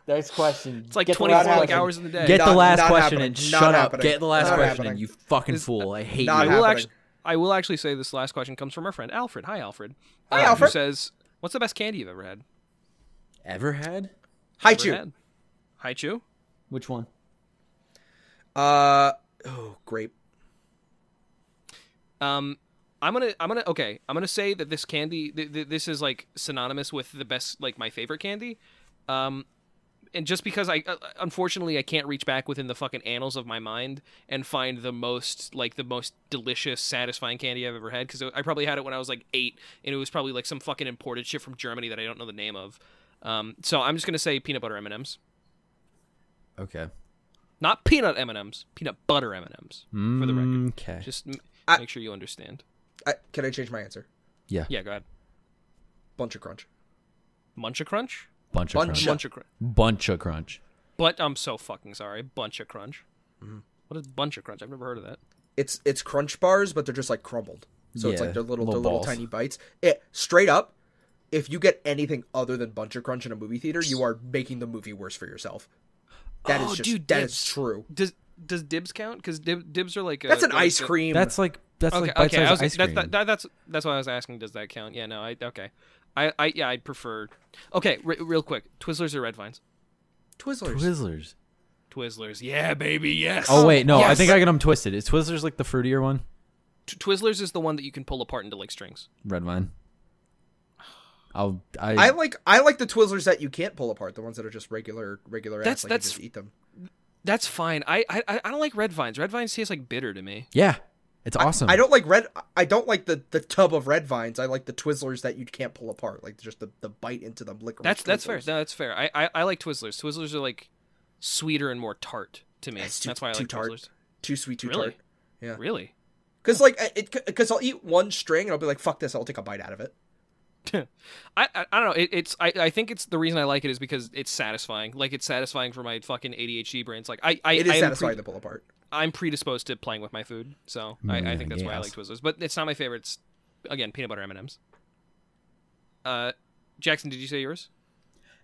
Speaker 5: Next question.
Speaker 3: It's like 24 like hours in the day.
Speaker 5: Get
Speaker 4: Not-
Speaker 5: the last
Speaker 4: not
Speaker 5: question
Speaker 4: happening.
Speaker 5: and
Speaker 4: Not
Speaker 5: shut up.
Speaker 4: happening.
Speaker 5: Get the last
Speaker 4: Not
Speaker 5: question and
Speaker 4: happening.
Speaker 5: you fucking fool. I hate
Speaker 4: Not
Speaker 5: you.
Speaker 3: I will
Speaker 4: happening.
Speaker 3: actually, I will actually say this last question comes from our friend Alfred. Hi, Alfred.
Speaker 4: Hi,
Speaker 3: Uh,
Speaker 4: Alfred.
Speaker 3: Who says, "What's the best candy you've ever had?"
Speaker 5: Ever had?
Speaker 4: Hi,
Speaker 3: Ever
Speaker 4: Chew.
Speaker 3: had? Hi, Chew.
Speaker 5: Which one?
Speaker 4: Uh, oh, grape.
Speaker 3: Um, I'm gonna, I'm gonna, okay, I'm gonna say that this candy, th- th- this is like synonymous with the best, like my favorite candy. Um, and just because I, uh, unfortunately, I can't reach back within the fucking annals of my mind and find the most, like the most delicious, satisfying candy I've ever had, because I probably had it when I was like eight, and it was probably like some fucking imported shit from Germany that I don't know the name of. Um, so I'm just gonna say peanut butter M and M's,
Speaker 5: Okay.
Speaker 3: not peanut M and M's, peanut butter M and M's, for the record.
Speaker 5: Mm, Okay.
Speaker 3: Just m-
Speaker 4: I-
Speaker 3: make sure you understand.
Speaker 4: I, can I change my answer?
Speaker 3: Yeah, go ahead.
Speaker 4: Bunch of crunch.
Speaker 3: Muncha Crunch.
Speaker 5: Bunch of
Speaker 4: Bunch
Speaker 5: crunch.
Speaker 4: of-
Speaker 3: Bunch of crunch.
Speaker 5: Bunch of crunch.
Speaker 3: But I'm so fucking sorry. Bunch of crunch.
Speaker 4: Mm-hmm.
Speaker 3: What is bunch of crunch? I've never heard of that.
Speaker 4: It's it's crunch bars, but they're just like crumbled. So it's
Speaker 5: Yeah,
Speaker 4: like they're little,
Speaker 5: little
Speaker 4: they're little
Speaker 5: balls.
Speaker 4: tiny bites. It straight up. If you get anything other than bunch of crunch in a movie theater, you are making the movie worse for yourself. That is
Speaker 3: Oh,
Speaker 4: just
Speaker 3: dude,
Speaker 4: that is
Speaker 3: dibs.
Speaker 4: true.
Speaker 3: Does does dibs count? Because dib, dibs are like a,
Speaker 4: That's an
Speaker 3: they're like
Speaker 4: ice
Speaker 3: a-
Speaker 4: cream.
Speaker 5: That's like that's
Speaker 3: Okay,
Speaker 5: like bite
Speaker 3: okay. I was,
Speaker 5: sized ice
Speaker 3: that's,
Speaker 5: cream.
Speaker 3: that, that- that's that's why I was asking. Does that count? Yeah, no. I okay. I, I yeah, I'd prefer. Okay, re- real quick. Twizzlers or Red Vines?
Speaker 4: Twizzlers.
Speaker 5: Twizzlers.
Speaker 3: Twizzlers. Yeah, baby. Yes.
Speaker 5: Oh wait, no, I think I got them twisted. Is Twizzlers like the fruitier one?
Speaker 3: T- Twizzlers is the one that you can pull apart into like strings.
Speaker 5: Red wine. I'll I,
Speaker 4: I like I like the Twizzlers that you can't pull apart, the ones that are just regular regular
Speaker 3: That's-
Speaker 4: ass like
Speaker 3: that's-
Speaker 4: you just eat them.
Speaker 3: That's fine. I I I- I don't like Red Vines. Red Vines taste like bitter to me.
Speaker 5: yeah, it's awesome.
Speaker 4: I don't like red I don't like the the tub of red vines. I like the Twizzlers that you can't pull apart, like just the, the bite into the liquor.
Speaker 3: That's that's fair. No, that's fair. I, I I like Twizzlers. Twizzlers are like sweeter and more tart to me.
Speaker 4: That's
Speaker 3: That's,
Speaker 4: too-
Speaker 3: why I
Speaker 4: too
Speaker 3: like
Speaker 4: tart.
Speaker 3: Twizzlers.
Speaker 4: Too sweet, too
Speaker 3: Really?
Speaker 4: tart. Yeah.
Speaker 3: Really?
Speaker 4: Cuz like I- it cuz I'll eat one string and I'll be like fuck this, I'll take a bite out of it.
Speaker 3: I, I I don't know. It, it's I, I think it's the reason I like it is because it's satisfying. Like it's satisfying for my fucking ADHD brains. Like I I
Speaker 4: It is
Speaker 3: I am
Speaker 4: satisfying
Speaker 3: pre-
Speaker 4: to pull apart.
Speaker 3: I'm predisposed to playing with my food, so I, I
Speaker 4: Mm,
Speaker 3: think that's why I like Twizzlers. But it's not my favorite. It's again peanut butter M and M's. Uh, Jackson, did you say yours?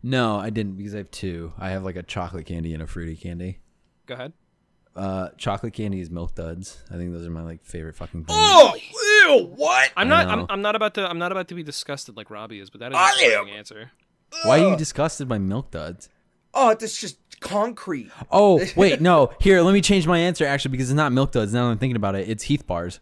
Speaker 5: no, I didn't because I have two. I have like a chocolate candy and a fruity candy.
Speaker 3: Go ahead.
Speaker 5: Uh, chocolate candy is Milk Duds. I think those are my like favorite fucking. Candy.
Speaker 4: Oh, ew, what?
Speaker 3: I'm
Speaker 5: I
Speaker 3: not. I'm,
Speaker 5: know.
Speaker 3: I'm not about to. I'm not about to be disgusted like Robbie is, but that is a fucking answer.
Speaker 5: Why are you disgusted by Milk Duds?
Speaker 4: Oh, that's just concrete.
Speaker 5: Oh wait, no. Here, let me change my answer actually because it's not Milk Duds. Now that I'm thinking about it, it's Heath bars.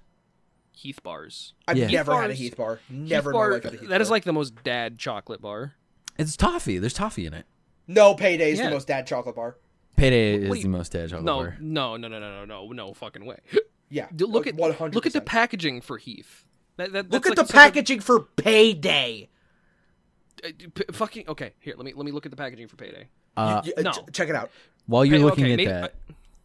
Speaker 3: Heath bars.
Speaker 4: I've
Speaker 5: Yeah.
Speaker 4: never had a
Speaker 3: Heath bars-
Speaker 4: Heath bar. Never
Speaker 3: Heath
Speaker 4: in my
Speaker 3: bar-
Speaker 4: life had a Heath
Speaker 3: That is
Speaker 4: bar.
Speaker 3: like the most dad chocolate bar.
Speaker 5: It's toffee. There's toffee in it.
Speaker 4: No, payday is
Speaker 3: Yeah.
Speaker 4: the most dad chocolate bar.
Speaker 5: Payday
Speaker 3: What
Speaker 5: is
Speaker 3: do you-
Speaker 5: the most dad chocolate
Speaker 3: No,
Speaker 5: bar.
Speaker 3: no, no, no, no, no, no, no fucking way.
Speaker 4: Yeah.
Speaker 3: D- Look at
Speaker 4: 100%.
Speaker 3: look at the packaging for Heath. That, that,
Speaker 4: Look
Speaker 3: that's
Speaker 4: at
Speaker 3: like
Speaker 4: the
Speaker 3: such a-
Speaker 4: packaging for payday.
Speaker 3: uh, p- fucking okay. Here, let me let me look at the packaging for Payday.
Speaker 5: Uh,
Speaker 4: You- you-
Speaker 3: no.
Speaker 4: ch- check it out.
Speaker 5: While you're
Speaker 3: Pay-
Speaker 5: looking
Speaker 3: okay,
Speaker 5: at
Speaker 3: maybe-
Speaker 5: that,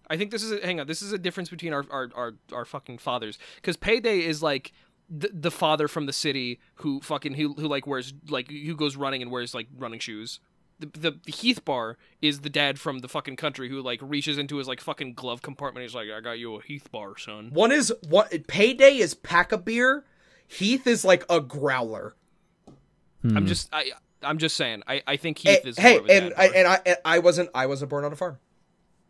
Speaker 3: I, I think this is a, hang on. This is a difference between our our our, our fucking fathers because Payday is like. The, the father from the city who fucking who, who like wears like who goes running and wears like running shoes the, the, the heath bar is the dad from the fucking country who like reaches into his like fucking glove compartment and he's like i got you a heath bar son
Speaker 4: One is what payday is pack a beer. Heath is like a growler.
Speaker 5: hmm,
Speaker 3: I'm just I I'm just saying. I, I think
Speaker 4: Eh,
Speaker 3: Heath is
Speaker 4: hey,
Speaker 3: more of a
Speaker 4: and
Speaker 3: dad
Speaker 4: I,
Speaker 3: bar.
Speaker 4: and I and I wasn't I wasn't born on a farm.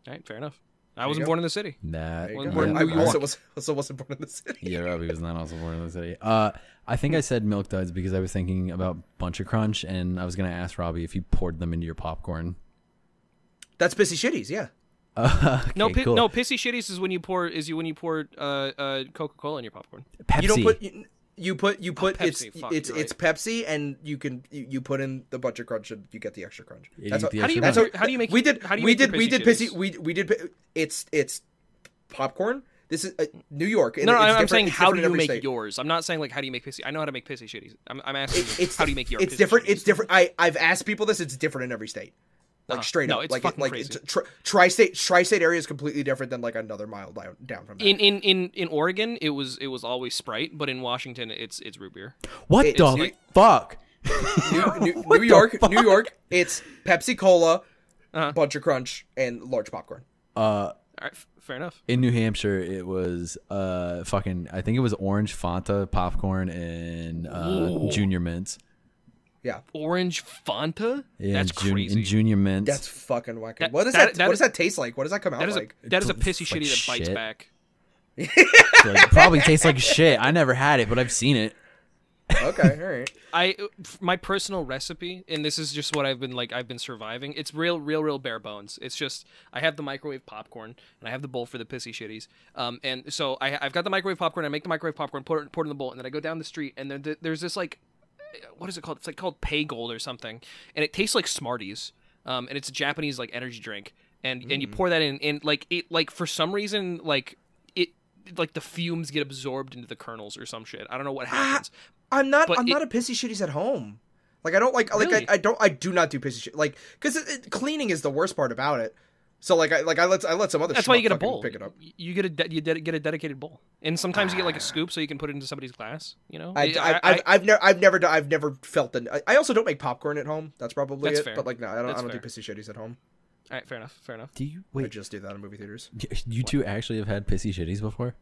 Speaker 3: All right, fair enough. I wasn't
Speaker 4: go.
Speaker 3: born in the city.
Speaker 5: that
Speaker 3: Well,
Speaker 5: yeah,
Speaker 3: we're in
Speaker 4: I
Speaker 5: I-
Speaker 3: New York.
Speaker 4: also, was, also wasn't born in the city.
Speaker 5: Yeah, Robbie was not also born in the city. Uh, I think I said milk duds because I was thinking about bunch of crunch, and I was gonna ask Robbie if you poured them into your popcorn.
Speaker 4: That's pissy shitties. Yeah.
Speaker 5: Uh,
Speaker 3: No,
Speaker 5: okay,
Speaker 3: pi-
Speaker 5: cool.
Speaker 3: no, pissy shitties is when you pour is you when you pour uh uh Coca Cola in your popcorn.
Speaker 5: Pepsi.
Speaker 4: You don't put you, you put you put it's
Speaker 3: Pepsi, fuck,
Speaker 4: it's
Speaker 3: you're
Speaker 4: it's Pepsi, and you can you, you put in the bunch of crunch and you get the extra crunch.
Speaker 5: Yeah,
Speaker 4: That's
Speaker 5: you
Speaker 4: what,
Speaker 5: get the
Speaker 3: How do you
Speaker 5: That's
Speaker 3: how, how do you make
Speaker 4: we did
Speaker 3: how do you
Speaker 4: we
Speaker 3: make your
Speaker 4: did we did
Speaker 3: Pizzy
Speaker 4: pissy we we did pi- it's it's popcorn. This is uh, New York. and
Speaker 3: No, no,
Speaker 4: it's
Speaker 3: I'm- I'm
Speaker 4: different-
Speaker 3: saying
Speaker 4: it's
Speaker 3: how do
Speaker 4: different in
Speaker 3: you
Speaker 4: every
Speaker 3: make
Speaker 4: state.
Speaker 3: yours? I'm not saying like how do you make pissy. I know how to make pissy shitties. I'm, I'm asking
Speaker 4: It-
Speaker 3: you,
Speaker 4: it's
Speaker 3: how do you make your?
Speaker 4: It's
Speaker 3: pissy
Speaker 4: different.
Speaker 3: shitties?
Speaker 4: It's different. I I've asked people this. It's different in every state. Like
Speaker 3: Uh-huh.
Speaker 4: straight
Speaker 3: No,
Speaker 4: up.
Speaker 3: it's
Speaker 4: like
Speaker 3: fucking
Speaker 4: like
Speaker 3: crazy.
Speaker 4: it's tri- tri-state tri-state area is completely different than like another mile down, down from that.
Speaker 3: In, in in in Oregon, it was it was always Sprite, but in Washington, it's it's root beer.
Speaker 5: What
Speaker 4: It's
Speaker 5: the
Speaker 4: like-
Speaker 5: fuck?
Speaker 4: New, New, New York, New York. It's Pepsi Cola,
Speaker 3: Uh-huh.
Speaker 4: Bunch of Crunch, and large popcorn.
Speaker 5: Uh,
Speaker 3: All right, f- fair enough.
Speaker 5: in New Hampshire, it was uh fucking. I think it was orange Fanta popcorn and uh, Junior Mints.
Speaker 3: Orange Fanta.
Speaker 5: Yeah,
Speaker 3: that's
Speaker 5: and Jun-
Speaker 3: crazy.
Speaker 5: And Junior Mints.
Speaker 4: That's fucking wacky.
Speaker 3: That-
Speaker 4: what does
Speaker 3: that-
Speaker 4: that,
Speaker 3: that
Speaker 4: What
Speaker 3: is-
Speaker 4: does that taste like? What does that come out
Speaker 3: that is a
Speaker 4: like?
Speaker 3: that is a
Speaker 5: It's
Speaker 3: pissy
Speaker 5: like
Speaker 3: shitty that bites
Speaker 5: shit.
Speaker 3: back.
Speaker 5: like, probably tastes like shit. I never had it, but I've seen it.
Speaker 4: okay, all right.
Speaker 3: I f- my personal recipe, and this is just what I've been like. I've been surviving. It's real, real, real bare bones. It's just I have the microwave popcorn, and I have the bowl for the pissy shitties. Um, and so I, I've got the microwave popcorn. I make the microwave popcorn, put it, put it in the bowl, and then I go down the street, and there, there's this like, eh, what is it called? It's like called Pay Gold or something, and it tastes like Smarties. Um, and it's a Japanese like energy drink, and and you pour that in, and like it like for some reason like it like the fumes get absorbed into the kernels or some shit. I don't know what happens.
Speaker 4: I'm not.
Speaker 3: But
Speaker 4: I'm
Speaker 3: it-
Speaker 4: not a pissy shitties at home. Like I don't like. Like
Speaker 3: Really?
Speaker 4: I, I don't. I do not do pissy shit. Like because it, it- cleaning is the worst part about it. So like I like I let I let some other.
Speaker 3: That's why you
Speaker 4: schmuck
Speaker 3: get a
Speaker 4: fucking
Speaker 3: bowl.
Speaker 4: Pick it up.
Speaker 3: Y- You get a de- you de- get a dedicated bowl, and sometimes you get like a scoop so you can put it into somebody's glass. You know,
Speaker 4: I, I, I, have I've never I've never done, I've never felt the. I- I also don't make popcorn at home. That's probably
Speaker 3: That's
Speaker 4: it.
Speaker 3: fair.
Speaker 4: But like no, I don't.
Speaker 3: That's
Speaker 4: I don't do
Speaker 3: fair.
Speaker 4: pissy shitties at home.
Speaker 3: all right, fair enough, fair enough.
Speaker 5: Do you
Speaker 4: I
Speaker 5: wait?
Speaker 4: just do that in movie theaters.
Speaker 5: You two actually have had pissy shitties before?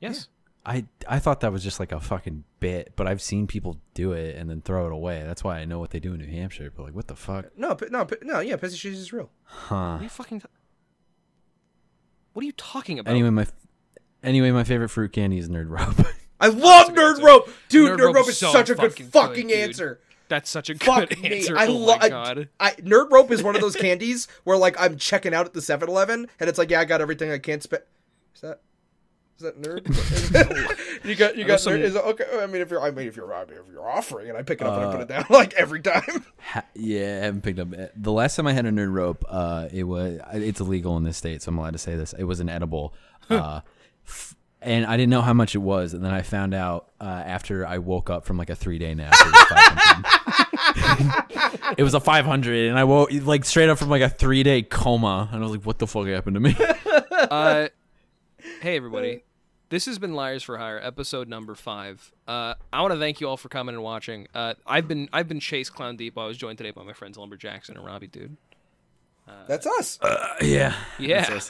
Speaker 3: Yes,
Speaker 5: I I thought that was just like a fucking bit, but I've seen people do it and then throw it away. That's why I know what they do in New Hampshire. But like, what the fuck,
Speaker 4: No, pi- no, pi- no. Yeah, pissy shitties is real.
Speaker 5: huh?
Speaker 3: what are you fucking? T- what are you talking about?
Speaker 5: Anyway, my f- anyway, my favorite fruit candy is Nerd Rope.
Speaker 4: I love
Speaker 3: a good
Speaker 4: Nerd
Speaker 3: answer.
Speaker 4: Rope, dude.
Speaker 3: Nerd
Speaker 4: Nerd,
Speaker 3: Rope
Speaker 4: Rope,
Speaker 3: is
Speaker 4: is
Speaker 3: so
Speaker 4: such a good
Speaker 3: fucking good,
Speaker 4: fucking
Speaker 3: dude.
Speaker 4: answer.
Speaker 3: that's such a good
Speaker 4: Fuck
Speaker 3: answer.
Speaker 4: me, I
Speaker 3: oh
Speaker 4: love.
Speaker 3: my god.
Speaker 4: I, Nerd Rope is one of those candies where like I'm checking out at the 7-Eleven and it's like, yeah, I got everything I can't spend. Is that? Is that nerd? you got you got
Speaker 3: some-
Speaker 4: nerd. Is it, okay. I mean, if you're I mean if you're if you're offering and I pick it up and I put it down like every time.
Speaker 5: Ha- yeah, I haven't picked up. eh, The last time I had a nerd rope, uh, it was it's illegal in this state, so I'm allowed to say this. It was an edible, uh, f- and I didn't know how much it was, and then I found out uh, after I woke up from like a three day nap. It was, 500. It was a 500, and I woke like straight up from like a three day coma, and I was like, "What the fuck happened to me?"
Speaker 3: uh, hey everybody this has been liars for hire episode number five uh, i want to thank you all for coming and watching uh, i've been i've been chase clown deep i was joined today by my friends lumber jackson and robbie dude
Speaker 4: That's us.
Speaker 5: yeah,
Speaker 3: yeah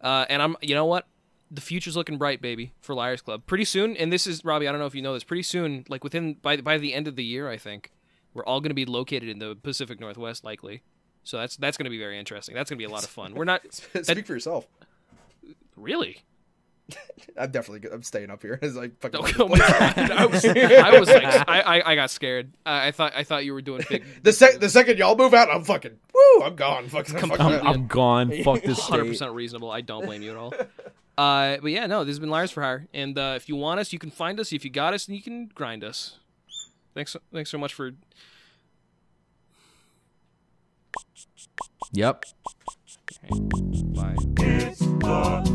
Speaker 3: uh, and i'm you know what the future's looking bright baby for liars club pretty soon and this is robbie i don't know if you know this pretty soon like within by, by the end of the year i think we're all going to be located in the pacific northwest likely so that's that's going to be very interesting that's going to be a lot of fun we're not
Speaker 4: Speak for yourself.
Speaker 3: really
Speaker 4: I'm definitely good. I'm staying up here. It's like fucking.
Speaker 3: Oh my god! I was, I was like, I, I, I got scared. I, I thought, I thought you were doing big.
Speaker 4: The sec- the second y'all move out, I'm fucking. Woo! I'm gone. Fucking. fuck
Speaker 5: I'm,
Speaker 4: that.
Speaker 5: I'm gone. Fuck this
Speaker 3: Hundred
Speaker 5: state.
Speaker 3: percent reasonable. I don't blame you at all. Uh, but yeah, no, this has been Liars for Hire, and uh, if you want us, you can find us. If you got us, then you can grind us. Thanks, so- thanks so much for.
Speaker 5: Yep.
Speaker 3: Bye.
Speaker 1: It's the